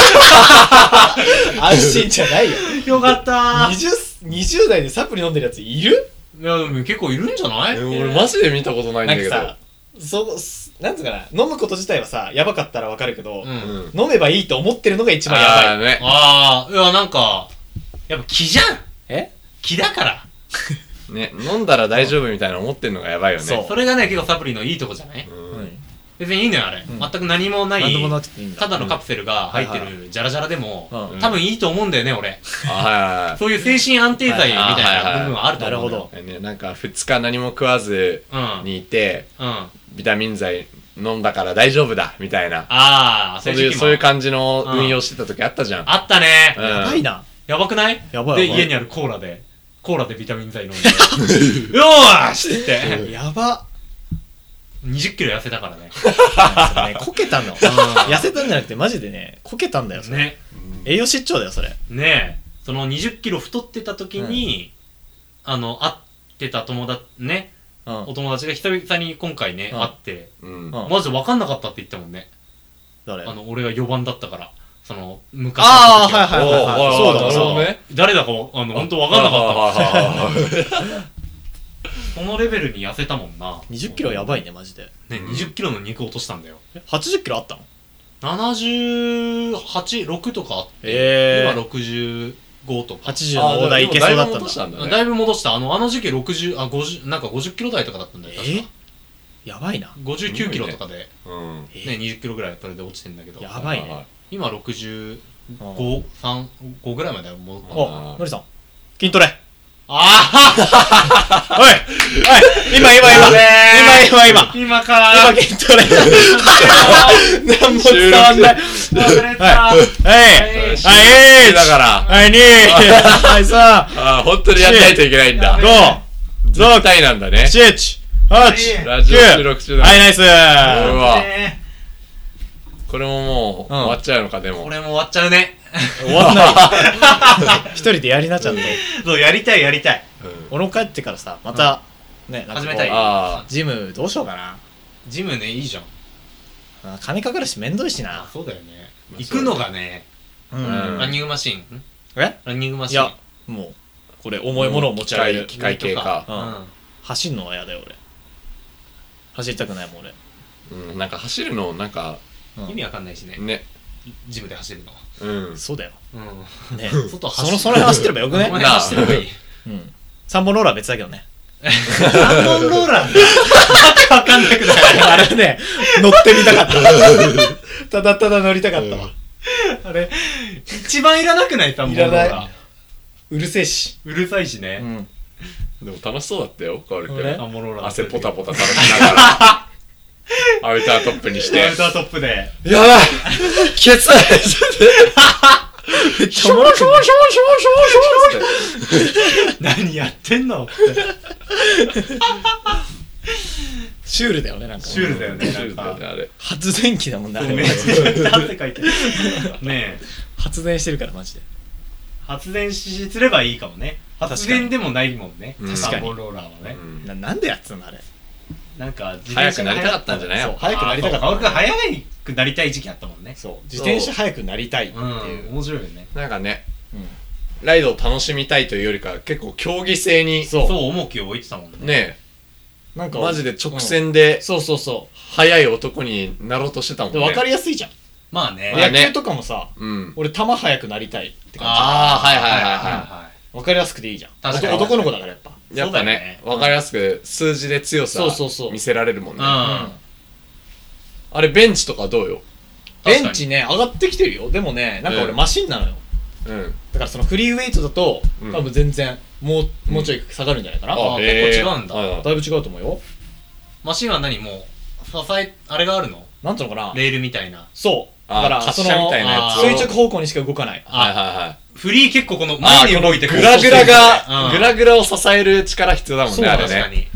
[SPEAKER 1] [LAUGHS]
[SPEAKER 3] ら。安心じゃないよ。
[SPEAKER 2] 心よかったー
[SPEAKER 3] 20, 20代でサプリ飲んでるやついる
[SPEAKER 2] いやでも結構いるんじゃない、
[SPEAKER 1] え俺マジで見たことないん
[SPEAKER 3] な
[SPEAKER 1] だ
[SPEAKER 3] ん
[SPEAKER 1] け
[SPEAKER 3] か
[SPEAKER 1] ど
[SPEAKER 3] さ、そう、すなんつうかな、飲むこと自体はさ、やばかったらわかるけど、
[SPEAKER 2] うん、
[SPEAKER 1] うん、
[SPEAKER 3] 飲めばいいと思ってるのが一番
[SPEAKER 1] ああ
[SPEAKER 3] やばい。
[SPEAKER 1] ね
[SPEAKER 2] ああいやなんかやっぱ気じゃん
[SPEAKER 3] え
[SPEAKER 2] 気だから
[SPEAKER 1] ね飲んだら大丈夫みたいな思ってんのがやばいよね
[SPEAKER 3] そう
[SPEAKER 2] それがね結構サプリのいいとこじゃない、
[SPEAKER 1] うん
[SPEAKER 3] うん。
[SPEAKER 2] 別にいいのよあれ、
[SPEAKER 3] ん
[SPEAKER 2] 全く何もない
[SPEAKER 3] 何でもなくていいんだ
[SPEAKER 2] ただのカプセルが入って
[SPEAKER 3] うんはい
[SPEAKER 2] るジャラジャラでも、
[SPEAKER 3] うん
[SPEAKER 2] 多分いいと思うんだよね俺
[SPEAKER 1] あ
[SPEAKER 2] そういう精神安定剤みたいな部分はあると思う
[SPEAKER 3] はいはいはい
[SPEAKER 1] はい、ね、なんか2日何も食わず
[SPEAKER 2] うん
[SPEAKER 1] にいて、
[SPEAKER 2] うんあ
[SPEAKER 1] ビタミン剤飲んだから大丈夫だみたいな
[SPEAKER 2] あ
[SPEAKER 1] そういう
[SPEAKER 2] 時期も
[SPEAKER 1] そういう感じの運用してた時あったじゃん、
[SPEAKER 2] あったね、
[SPEAKER 1] うん
[SPEAKER 3] やばいな。
[SPEAKER 2] やばくない
[SPEAKER 3] やばい
[SPEAKER 2] で
[SPEAKER 3] やばい
[SPEAKER 2] 家にあるコーラでコーラでビタミン
[SPEAKER 3] [LAUGHS]
[SPEAKER 2] 剤飲んでよーしって言って
[SPEAKER 3] や [LAUGHS] ば。
[SPEAKER 2] 20キロ痩せたからね
[SPEAKER 3] それね、こけたの。痩せたんじゃなくて、マジでね、こけたんだよ、それ。
[SPEAKER 2] ね
[SPEAKER 3] 栄養失調だよ、それ。
[SPEAKER 2] ねその20キロ太ってた時に、あの、会ってた友達、ね、
[SPEAKER 3] うん
[SPEAKER 2] お友達が久々に今回ね、
[SPEAKER 3] うん
[SPEAKER 2] 会って、
[SPEAKER 1] うん。
[SPEAKER 3] うん
[SPEAKER 2] マジで分かんなかったって言ったもんね。
[SPEAKER 3] 誰
[SPEAKER 2] あの、俺が4番だったから、その、昔会
[SPEAKER 3] あ
[SPEAKER 2] った
[SPEAKER 3] あ、
[SPEAKER 2] 時は
[SPEAKER 3] はいはいはい
[SPEAKER 1] お
[SPEAKER 3] はい。
[SPEAKER 1] ー
[SPEAKER 3] そう
[SPEAKER 1] おー
[SPEAKER 3] だわ、
[SPEAKER 1] なる
[SPEAKER 3] そ
[SPEAKER 1] ほ
[SPEAKER 3] うだ
[SPEAKER 1] ど
[SPEAKER 3] わ。
[SPEAKER 1] ね。
[SPEAKER 2] 誰だかわ、あの、本当分かんなかった。
[SPEAKER 1] った。
[SPEAKER 2] このレベルに痩せたもんな。
[SPEAKER 3] 20キロやば
[SPEAKER 2] い。
[SPEAKER 3] いね、マジで。
[SPEAKER 2] ね、20キロの肉落としたんだよ。
[SPEAKER 3] え80キロあったの
[SPEAKER 2] 78、6とかあって、
[SPEAKER 3] ええ
[SPEAKER 2] 今65とか。
[SPEAKER 3] 80の大台いけそうだったんだ。
[SPEAKER 2] あだいぶ戻した。あの、あの時期60、あ、50、なんか50キロ台とかだったんだよ、確
[SPEAKER 3] え
[SPEAKER 2] か。
[SPEAKER 3] やばいな。
[SPEAKER 2] 59キロとかで、ね、
[SPEAKER 1] うん。
[SPEAKER 3] え
[SPEAKER 2] 20キロぐらいそれで落ちてんだけど。
[SPEAKER 3] やばいね
[SPEAKER 1] は
[SPEAKER 2] 今65、
[SPEAKER 3] うん
[SPEAKER 2] 3、5ぐらいまで戻った。
[SPEAKER 3] お、のりさん。筋トレ。
[SPEAKER 2] あ
[SPEAKER 3] おいおい今今今今今今
[SPEAKER 2] あ今か
[SPEAKER 3] 今筋 [LAUGHS] トレ。何も伝わんない。
[SPEAKER 2] 忘れた
[SPEAKER 3] ははい。
[SPEAKER 1] い。
[SPEAKER 3] あえい
[SPEAKER 1] だから、
[SPEAKER 3] はい、にはい、さ
[SPEAKER 1] あー
[SPEAKER 3] [LAUGHS]
[SPEAKER 1] 本当にやんないといけないんだ。
[SPEAKER 3] あ、
[SPEAKER 1] 絶対なんだね
[SPEAKER 3] 5、。7、8、
[SPEAKER 1] ラジオ収録中だ。
[SPEAKER 3] はい、ナイス
[SPEAKER 1] うわ
[SPEAKER 2] ね
[SPEAKER 1] これももう終わっちゃうのか、でも
[SPEAKER 2] こ。れも終わっちゃうね。
[SPEAKER 3] 終わんないよ。
[SPEAKER 1] [LAUGHS]
[SPEAKER 3] 一人でやりなちゃんと。
[SPEAKER 2] そう、やりたいやりたい。
[SPEAKER 1] うん
[SPEAKER 3] 俺も帰ってからさ、また、ね、なんかこう
[SPEAKER 2] 始めたいよ。
[SPEAKER 1] あ
[SPEAKER 3] ジムどうしようかな。
[SPEAKER 2] ジムね、いいじゃん。
[SPEAKER 3] あ金かかるしめんどいし
[SPEAKER 2] あ
[SPEAKER 3] な。、
[SPEAKER 2] そうだよね。
[SPEAKER 1] まあ
[SPEAKER 2] 行くのがね、
[SPEAKER 3] う
[SPEAKER 1] うん
[SPEAKER 2] ランニングマシン。ん
[SPEAKER 3] え
[SPEAKER 2] ランニングマ
[SPEAKER 3] い
[SPEAKER 2] シン。
[SPEAKER 3] や、もう、これ重いものを持ち上げる。
[SPEAKER 1] 機械系か。
[SPEAKER 3] う
[SPEAKER 2] うんん。
[SPEAKER 3] 走んのは嫌だよ、俺。走りたくないもん、俺。
[SPEAKER 1] うん、なんか走るの、なんか、
[SPEAKER 3] うん
[SPEAKER 2] 意味わかんないしね。
[SPEAKER 1] ね。
[SPEAKER 2] ジムで走るの。
[SPEAKER 1] うん。
[SPEAKER 3] そうだよ。
[SPEAKER 2] うん。
[SPEAKER 3] ね。
[SPEAKER 2] 外
[SPEAKER 3] そ
[SPEAKER 2] 走
[SPEAKER 3] の、
[SPEAKER 2] る
[SPEAKER 3] その辺走ってればよく
[SPEAKER 2] お前
[SPEAKER 3] ね。
[SPEAKER 2] 走ってればいい。
[SPEAKER 3] うん。3本ローラー別だけどね。
[SPEAKER 2] 3本ローラーわけわかんなくない
[SPEAKER 3] あれね、乗ってみたかった。ただただ乗りたかったわ。
[SPEAKER 2] あれ、一番いらなくない ?3 本ロー
[SPEAKER 3] いら
[SPEAKER 2] ラ
[SPEAKER 3] な
[SPEAKER 2] ー
[SPEAKER 3] い。うるせえし。
[SPEAKER 2] うるさいしね。
[SPEAKER 3] ん。
[SPEAKER 1] でも楽しそうだったよ、カオルく
[SPEAKER 3] 俺
[SPEAKER 1] ん。
[SPEAKER 2] 三本ローラー。
[SPEAKER 1] 汗ポタポタ垂らしなが [LAUGHS] ら、アウタートップにして
[SPEAKER 2] ア。ウタートップで。
[SPEAKER 1] やばいケツめっちゃおもろくない
[SPEAKER 2] 何やってんのって。
[SPEAKER 3] シュールだよね、なんか。
[SPEAKER 2] シュールだよね。
[SPEAKER 1] シュールだよね、あれ。
[SPEAKER 3] 発電機だもんね、あれ
[SPEAKER 2] めっちゃ汗かいてる。ねえ。
[SPEAKER 3] 発電してるから、マジで。
[SPEAKER 2] 発電しすればいいかもね。
[SPEAKER 3] 確かに
[SPEAKER 2] 発電でもないもんね。
[SPEAKER 1] うん
[SPEAKER 2] サーボンローラーはね。
[SPEAKER 1] うん
[SPEAKER 3] ななんでやってたの、あれ。
[SPEAKER 2] なんか、自
[SPEAKER 1] 早くなりたかったんじゃない
[SPEAKER 3] そう早くなりたかった
[SPEAKER 2] あそう青木君早くなりたい時期あったもんね。
[SPEAKER 3] そう。自転車早くなりたいって
[SPEAKER 2] う
[SPEAKER 3] い
[SPEAKER 2] ん。
[SPEAKER 3] う。
[SPEAKER 2] 面白いよね。
[SPEAKER 1] なんかね、
[SPEAKER 3] うん
[SPEAKER 1] ライドを楽しみたいというよりか、結構競技性に、
[SPEAKER 3] そう
[SPEAKER 2] そう、重きを置いてたもんね。
[SPEAKER 1] ね
[SPEAKER 3] なんか、
[SPEAKER 1] マジで直
[SPEAKER 3] うん。
[SPEAKER 1] 線で、
[SPEAKER 3] そうそうそ
[SPEAKER 1] 速い男になろうとしてたも
[SPEAKER 3] う。
[SPEAKER 1] ん
[SPEAKER 3] で
[SPEAKER 1] ね。
[SPEAKER 3] 分かりやすいじゃん。
[SPEAKER 2] まあね。
[SPEAKER 1] まあね
[SPEAKER 3] 野球とかもさ、
[SPEAKER 1] うん。
[SPEAKER 3] 俺、球早くなりたいって感
[SPEAKER 1] ああ、はいはいはいは
[SPEAKER 2] は
[SPEAKER 3] じ。分かりやすくていいじゃん。
[SPEAKER 2] 確かに
[SPEAKER 3] 男の子だから、やっぱ。
[SPEAKER 1] い。やっぱね、わかりやすく数字で強さ
[SPEAKER 3] そうそうそう
[SPEAKER 1] 見せられるもんね。
[SPEAKER 2] うん
[SPEAKER 1] あれ、ベンチとかどうよ。
[SPEAKER 3] ベンチね、上がってきてるよ。でもね、なんか
[SPEAKER 1] う
[SPEAKER 3] 俺
[SPEAKER 1] ん
[SPEAKER 3] マシンなのよ。
[SPEAKER 1] うん。
[SPEAKER 3] だからそのフリーウェイトだと、
[SPEAKER 1] うん
[SPEAKER 3] 多分全然、もう、もうちょい下がるんじゃないかな。
[SPEAKER 2] あ結構違うんだ
[SPEAKER 1] あ
[SPEAKER 3] だいぶ違うと思うよ。
[SPEAKER 2] マシンは何もう、支え、あれがあるの
[SPEAKER 3] なんていうのかな。
[SPEAKER 2] レールみたいな。
[SPEAKER 3] そう。だ
[SPEAKER 1] あ
[SPEAKER 3] から、
[SPEAKER 1] 滑
[SPEAKER 3] そ
[SPEAKER 1] 車
[SPEAKER 3] の、
[SPEAKER 1] みたいなやつを
[SPEAKER 3] 垂直方向にしか動かない。
[SPEAKER 1] はいはいはい。
[SPEAKER 2] フリー結構この
[SPEAKER 1] ああ
[SPEAKER 2] 前に動いて
[SPEAKER 1] グラグラ
[SPEAKER 2] う
[SPEAKER 1] が、
[SPEAKER 2] ん
[SPEAKER 1] グラグラを支える力必要だもん
[SPEAKER 3] そう
[SPEAKER 1] ね、
[SPEAKER 3] だ
[SPEAKER 1] あ
[SPEAKER 3] ね
[SPEAKER 1] れ
[SPEAKER 2] 確か
[SPEAKER 1] ね。
[SPEAKER 2] に。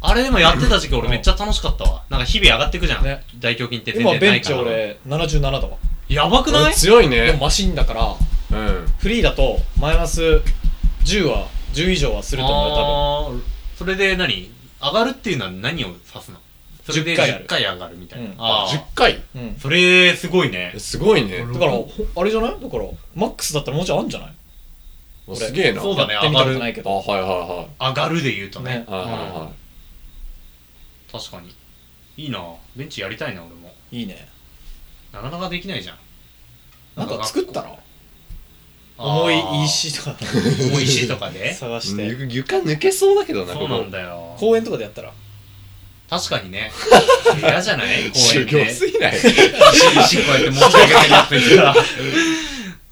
[SPEAKER 2] あれでもやってた時期俺めっちゃ楽しかったわ。なんか日々上がってくじゃん
[SPEAKER 3] ね。
[SPEAKER 2] 大胸筋って全
[SPEAKER 3] 今
[SPEAKER 2] 然な
[SPEAKER 3] ベ
[SPEAKER 2] い
[SPEAKER 3] ンチ
[SPEAKER 2] から。
[SPEAKER 3] 俺77だわ。
[SPEAKER 2] やばくな
[SPEAKER 1] 俺
[SPEAKER 2] い
[SPEAKER 1] 強い
[SPEAKER 3] でも
[SPEAKER 1] ね。
[SPEAKER 3] マシンだから、
[SPEAKER 1] うん。
[SPEAKER 3] フリーだとマイナス10は、10以上はすると思うよ、多分。
[SPEAKER 2] あーそれで何上がるっていうのは何を指すのそれで
[SPEAKER 3] 10回やる
[SPEAKER 2] 10回上がるみたいな
[SPEAKER 3] うん。
[SPEAKER 2] あ
[SPEAKER 1] 10
[SPEAKER 2] あ。
[SPEAKER 1] 回
[SPEAKER 3] うん。
[SPEAKER 2] それ、すごいね。
[SPEAKER 1] すごいね。
[SPEAKER 3] だから、ほあれじゃないだから、マックスだったらもうちょいあるんじゃない
[SPEAKER 1] おすげえな。
[SPEAKER 2] そうだね
[SPEAKER 3] やってみたことないけ
[SPEAKER 1] あ、
[SPEAKER 3] ど。
[SPEAKER 1] はいはいは
[SPEAKER 2] 上がるで言うとね
[SPEAKER 3] ね。
[SPEAKER 1] い。はいはい
[SPEAKER 2] うん
[SPEAKER 1] はい。
[SPEAKER 2] 確かに。いいなベンチやりたいな、俺も。
[SPEAKER 3] いいね。
[SPEAKER 2] なかなかできないじゃん。
[SPEAKER 3] なんか作ったら
[SPEAKER 2] 思
[SPEAKER 3] 重
[SPEAKER 2] い
[SPEAKER 3] い
[SPEAKER 2] 石。
[SPEAKER 3] 石とか
[SPEAKER 2] 重い石とか [LAUGHS] で。そ
[SPEAKER 3] 探して。
[SPEAKER 1] ゆ床抜けそうだけどな、
[SPEAKER 2] うなんだよ。
[SPEAKER 3] 公園とかでやったら
[SPEAKER 2] 確かに [LAUGHS] ね。嫌じゃない公園
[SPEAKER 1] 修行
[SPEAKER 2] で。
[SPEAKER 1] すぎない
[SPEAKER 2] 石こうやって持ち上げてやって [LAUGHS] たら。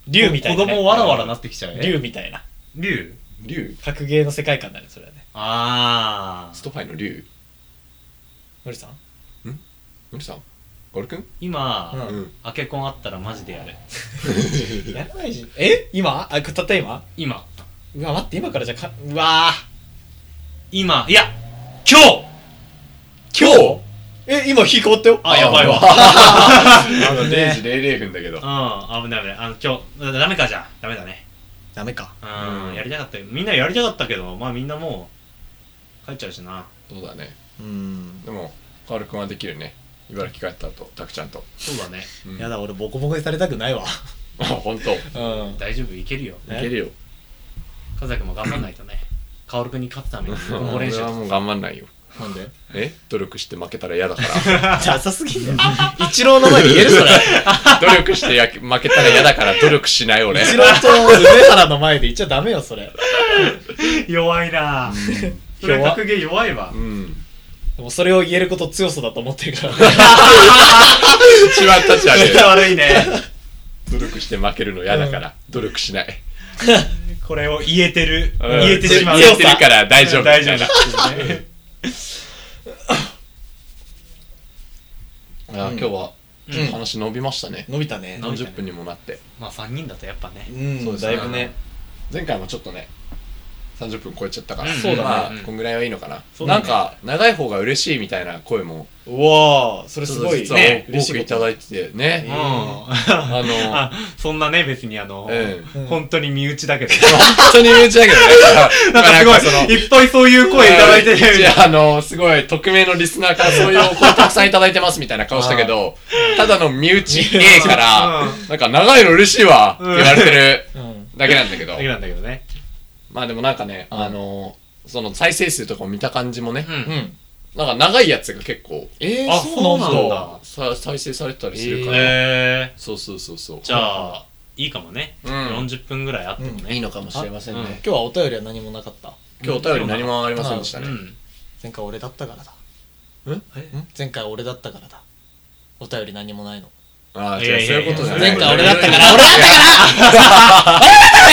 [SPEAKER 3] 竜みたいな、
[SPEAKER 2] 子供わらわらなってきちゃうね。
[SPEAKER 3] 竜みたいな
[SPEAKER 2] 竜
[SPEAKER 1] 竜
[SPEAKER 3] 格ゲーの世界観だねそれはね
[SPEAKER 2] あ
[SPEAKER 1] ス
[SPEAKER 2] あ。
[SPEAKER 1] トファイの竜
[SPEAKER 3] のりさん
[SPEAKER 1] のりさんゴルくん
[SPEAKER 2] 今、
[SPEAKER 1] うん。
[SPEAKER 2] アケコンあったらマジでやる。
[SPEAKER 3] やばいじえ今あたった今
[SPEAKER 2] 今。
[SPEAKER 3] うわ待って今からじゃかうわ
[SPEAKER 2] 今、いや今日
[SPEAKER 3] ー今日え、今火変わったよ。
[SPEAKER 2] あ、やばいわ。 [LAUGHS]
[SPEAKER 1] あの、
[SPEAKER 3] ね
[SPEAKER 1] 0時00分だけど。
[SPEAKER 2] うん、危ない危ない。あの、今日、ダメかじゃあ。ダメだね。
[SPEAKER 3] ダメか。
[SPEAKER 2] うん、
[SPEAKER 1] うん
[SPEAKER 2] やりたかったよ。みんなやりたかったけど、まあみんなもう、帰っちゃうしな。
[SPEAKER 1] そうだね。
[SPEAKER 3] うん。
[SPEAKER 1] でも、カオルくんはできるね。茨城帰った後、タクちゃん
[SPEAKER 2] [LAUGHS]
[SPEAKER 1] と。
[SPEAKER 2] そうだね。
[SPEAKER 1] うん
[SPEAKER 3] やだ、俺ボコボコにされたくないわ。
[SPEAKER 1] あ、ほんと。い
[SPEAKER 3] うん。
[SPEAKER 2] 大丈夫、いけるよ。
[SPEAKER 3] ね
[SPEAKER 1] けるよ。
[SPEAKER 2] 和也くんも頑張んないとね。カオルくんに勝つために、
[SPEAKER 1] う
[SPEAKER 2] 僕
[SPEAKER 1] ん
[SPEAKER 2] も
[SPEAKER 1] 俺
[SPEAKER 2] 練習
[SPEAKER 1] はもう頑張んないよ。
[SPEAKER 3] なんで
[SPEAKER 1] え努力して負けたら嫌だから。
[SPEAKER 3] [LAUGHS] ダサすぎんだよ。一郎の前に言えるそれ。
[SPEAKER 1] [LAUGHS] 努力してやけ負けたら嫌だから努力しない俺。
[SPEAKER 3] 一郎と梅原の前で言っちゃダメよ、それ。
[SPEAKER 2] [LAUGHS] 弱いなぁ。それ
[SPEAKER 3] 弱
[SPEAKER 2] 格ゲー弱いわ
[SPEAKER 1] う。ん。
[SPEAKER 3] でもそれを言えること強さだと思ってるからね。
[SPEAKER 1] 一番立ち
[SPEAKER 2] [LAUGHS]
[SPEAKER 1] 上げる。
[SPEAKER 2] 悪いね。
[SPEAKER 1] 努力して負けるの嫌だから、努力しない。
[SPEAKER 2] これを言えてる。
[SPEAKER 1] うん
[SPEAKER 2] 言えてしまう。
[SPEAKER 1] 言えてるから大丈夫。
[SPEAKER 2] 大丈夫だ。
[SPEAKER 1] あ今日は、
[SPEAKER 3] うん
[SPEAKER 1] 話伸びましたね。
[SPEAKER 3] 伸びたね。
[SPEAKER 2] 伸びたね
[SPEAKER 1] 40分にもなって。
[SPEAKER 2] [LAUGHS] まあ3人だとやっぱね
[SPEAKER 3] う。、
[SPEAKER 1] そうんです
[SPEAKER 3] だ
[SPEAKER 1] ね
[SPEAKER 3] いぶね。
[SPEAKER 1] 前回もちょっとね30分超えちゃったから、
[SPEAKER 2] うん
[SPEAKER 3] そうだね
[SPEAKER 1] まあ
[SPEAKER 2] うん
[SPEAKER 1] こんぐらいはいいのかな、
[SPEAKER 3] そうだ
[SPEAKER 1] な
[SPEAKER 3] ね
[SPEAKER 1] んか長い方が嬉しいみたいな声も
[SPEAKER 3] うわー、それ
[SPEAKER 1] ちょ
[SPEAKER 3] す
[SPEAKER 1] っと
[SPEAKER 3] ごい
[SPEAKER 1] 実は
[SPEAKER 3] ね。
[SPEAKER 1] 多くいただ
[SPEAKER 3] い
[SPEAKER 1] いてて
[SPEAKER 2] う
[SPEAKER 1] ね
[SPEAKER 2] ん。
[SPEAKER 3] ね
[SPEAKER 1] あの
[SPEAKER 2] あそんなね、別にあの
[SPEAKER 1] う、
[SPEAKER 3] ん
[SPEAKER 2] 本当に身内だけど。
[SPEAKER 1] 本当に身内だけどね
[SPEAKER 2] [LAUGHS] なんかすご
[SPEAKER 1] まあその
[SPEAKER 2] い、いっぱいそういう声いただいて
[SPEAKER 1] うんい
[SPEAKER 2] る。
[SPEAKER 1] やあのすごい匿名のリスナーからそういうお声たくさんいただいてますみたいな顔したけどただの身内
[SPEAKER 2] [LAUGHS]
[SPEAKER 1] A から、
[SPEAKER 2] うん
[SPEAKER 1] なんか長いの嬉しいわって言われてる
[SPEAKER 3] うん。
[SPEAKER 1] だけなんだけど
[SPEAKER 2] だけなんだけどね。
[SPEAKER 1] まあでもなんかね、あのその再生数とかを見た感じもね、
[SPEAKER 2] う。
[SPEAKER 3] うんん。
[SPEAKER 1] なんか長いやつが結構
[SPEAKER 3] え
[SPEAKER 2] あ
[SPEAKER 3] ー、そうなんだ。
[SPEAKER 2] そうなん
[SPEAKER 1] さ
[SPEAKER 2] だ
[SPEAKER 1] 再生されてたりするから、
[SPEAKER 2] えー
[SPEAKER 1] そうそうそうそう
[SPEAKER 2] じゃあ、いいかもね。
[SPEAKER 1] うん
[SPEAKER 2] 40分ぐらいあっても
[SPEAKER 3] うん
[SPEAKER 1] いい
[SPEAKER 2] ね。
[SPEAKER 1] のかもしれませんね、
[SPEAKER 2] うん
[SPEAKER 3] 今日はお便りは何もなかった。
[SPEAKER 1] 今日お便り何もありませんでし
[SPEAKER 2] う
[SPEAKER 1] たね、
[SPEAKER 2] ん。
[SPEAKER 3] 前回俺だったからだ。
[SPEAKER 2] え
[SPEAKER 3] 前回俺だったからだ。お便り何もないの。
[SPEAKER 1] ああ
[SPEAKER 2] い
[SPEAKER 1] じゃ
[SPEAKER 2] や
[SPEAKER 1] あ
[SPEAKER 2] い
[SPEAKER 1] そう
[SPEAKER 2] やい
[SPEAKER 1] いう
[SPEAKER 2] や
[SPEAKER 1] ことじゃない
[SPEAKER 3] 前回俺だった
[SPEAKER 1] [LAUGHS]
[SPEAKER 3] から、
[SPEAKER 1] ら
[SPEAKER 3] 俺だったから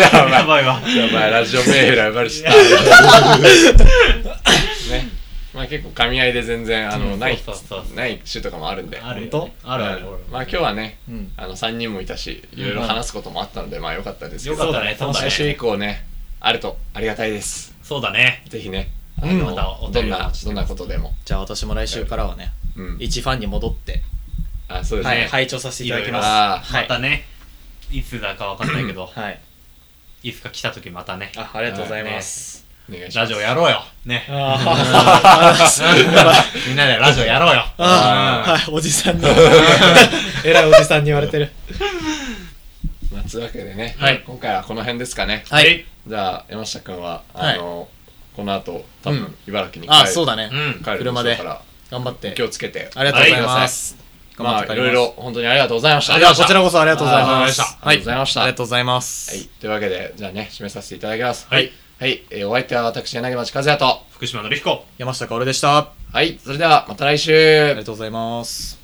[SPEAKER 1] や
[SPEAKER 2] や
[SPEAKER 1] ば
[SPEAKER 2] [LAUGHS] ばいわ。
[SPEAKER 1] いやばいラジオメールやばい
[SPEAKER 2] [LAUGHS]
[SPEAKER 1] した
[SPEAKER 2] い
[SPEAKER 1] ねまあ結構噛み合いで全然あの、
[SPEAKER 2] うん
[SPEAKER 1] ない
[SPEAKER 2] そうそうそう
[SPEAKER 1] ない週とかもあるんで
[SPEAKER 2] あるよ
[SPEAKER 3] 本
[SPEAKER 2] ね。あるある
[SPEAKER 1] うん
[SPEAKER 2] 俺も。
[SPEAKER 1] まあ今日はね
[SPEAKER 3] うん。
[SPEAKER 1] あの3人もいたしいろいろ話すこともあったので、まあよかったですけ
[SPEAKER 2] よ
[SPEAKER 1] ど
[SPEAKER 2] かっ
[SPEAKER 3] そう
[SPEAKER 2] た
[SPEAKER 3] だね
[SPEAKER 2] ね、そうだ
[SPEAKER 1] 来週以
[SPEAKER 2] ね。
[SPEAKER 1] 降ねあるとありがたいです
[SPEAKER 2] そうだね。
[SPEAKER 1] ぜひねあ
[SPEAKER 3] うん
[SPEAKER 1] の、
[SPEAKER 2] またお
[SPEAKER 1] ど
[SPEAKER 2] 便
[SPEAKER 1] ん
[SPEAKER 2] りお
[SPEAKER 1] な
[SPEAKER 2] 待ちして
[SPEAKER 1] どん
[SPEAKER 2] ます
[SPEAKER 1] なことでも、
[SPEAKER 3] じゃあ私も来週からはね、
[SPEAKER 1] うん、
[SPEAKER 3] 一ファンに戻って、
[SPEAKER 1] あそうです
[SPEAKER 3] は
[SPEAKER 1] ね、
[SPEAKER 3] い、拝聴させていただきま
[SPEAKER 1] あ
[SPEAKER 3] す。は
[SPEAKER 2] ま
[SPEAKER 3] い。
[SPEAKER 2] たね、いつだかわかんないけど、
[SPEAKER 3] はい。
[SPEAKER 2] いつか来た時またね、
[SPEAKER 3] あ、ありがとうございます。
[SPEAKER 1] ーお願いしま
[SPEAKER 2] ラ
[SPEAKER 1] す
[SPEAKER 2] ジオやろうよ。ね。
[SPEAKER 3] あ
[SPEAKER 2] [LAUGHS] みんなでラジオやろうよ。
[SPEAKER 3] あ、 [LAUGHS] はい、おじさんに。えらいおじさんに言われてる。
[SPEAKER 1] まあつうわけでね、
[SPEAKER 2] はい
[SPEAKER 1] 今回はこの辺ですかね、
[SPEAKER 3] はい。
[SPEAKER 1] じゃあ山下くんは
[SPEAKER 3] は
[SPEAKER 1] あ
[SPEAKER 3] い
[SPEAKER 1] の、この後多分
[SPEAKER 3] うん
[SPEAKER 1] 茨城に帰る、
[SPEAKER 3] あ、そうだ
[SPEAKER 2] う
[SPEAKER 3] ね。
[SPEAKER 2] ん。
[SPEAKER 1] 帰る
[SPEAKER 3] 車で
[SPEAKER 1] から
[SPEAKER 3] 頑張って
[SPEAKER 1] 気。をつけて
[SPEAKER 3] ありがとうございます。頑張
[SPEAKER 1] ま
[SPEAKER 3] って帰
[SPEAKER 1] あい
[SPEAKER 3] りま
[SPEAKER 1] ろい
[SPEAKER 3] す
[SPEAKER 1] ろ本当にありがとうございました
[SPEAKER 2] あり
[SPEAKER 3] いや、
[SPEAKER 2] がと
[SPEAKER 3] こ
[SPEAKER 2] うございました
[SPEAKER 3] ちらこそありがとうございます。
[SPEAKER 1] ありがとうございました
[SPEAKER 3] はありがとうございます。
[SPEAKER 1] はい、というわけでじゃあね締めさせていただきます
[SPEAKER 2] はい、
[SPEAKER 1] はいえーお相手は私柳町和也と
[SPEAKER 2] 福島のりひこ。
[SPEAKER 3] 山下薫でした。あ
[SPEAKER 1] はいそれではまた来週
[SPEAKER 3] りがとうございます。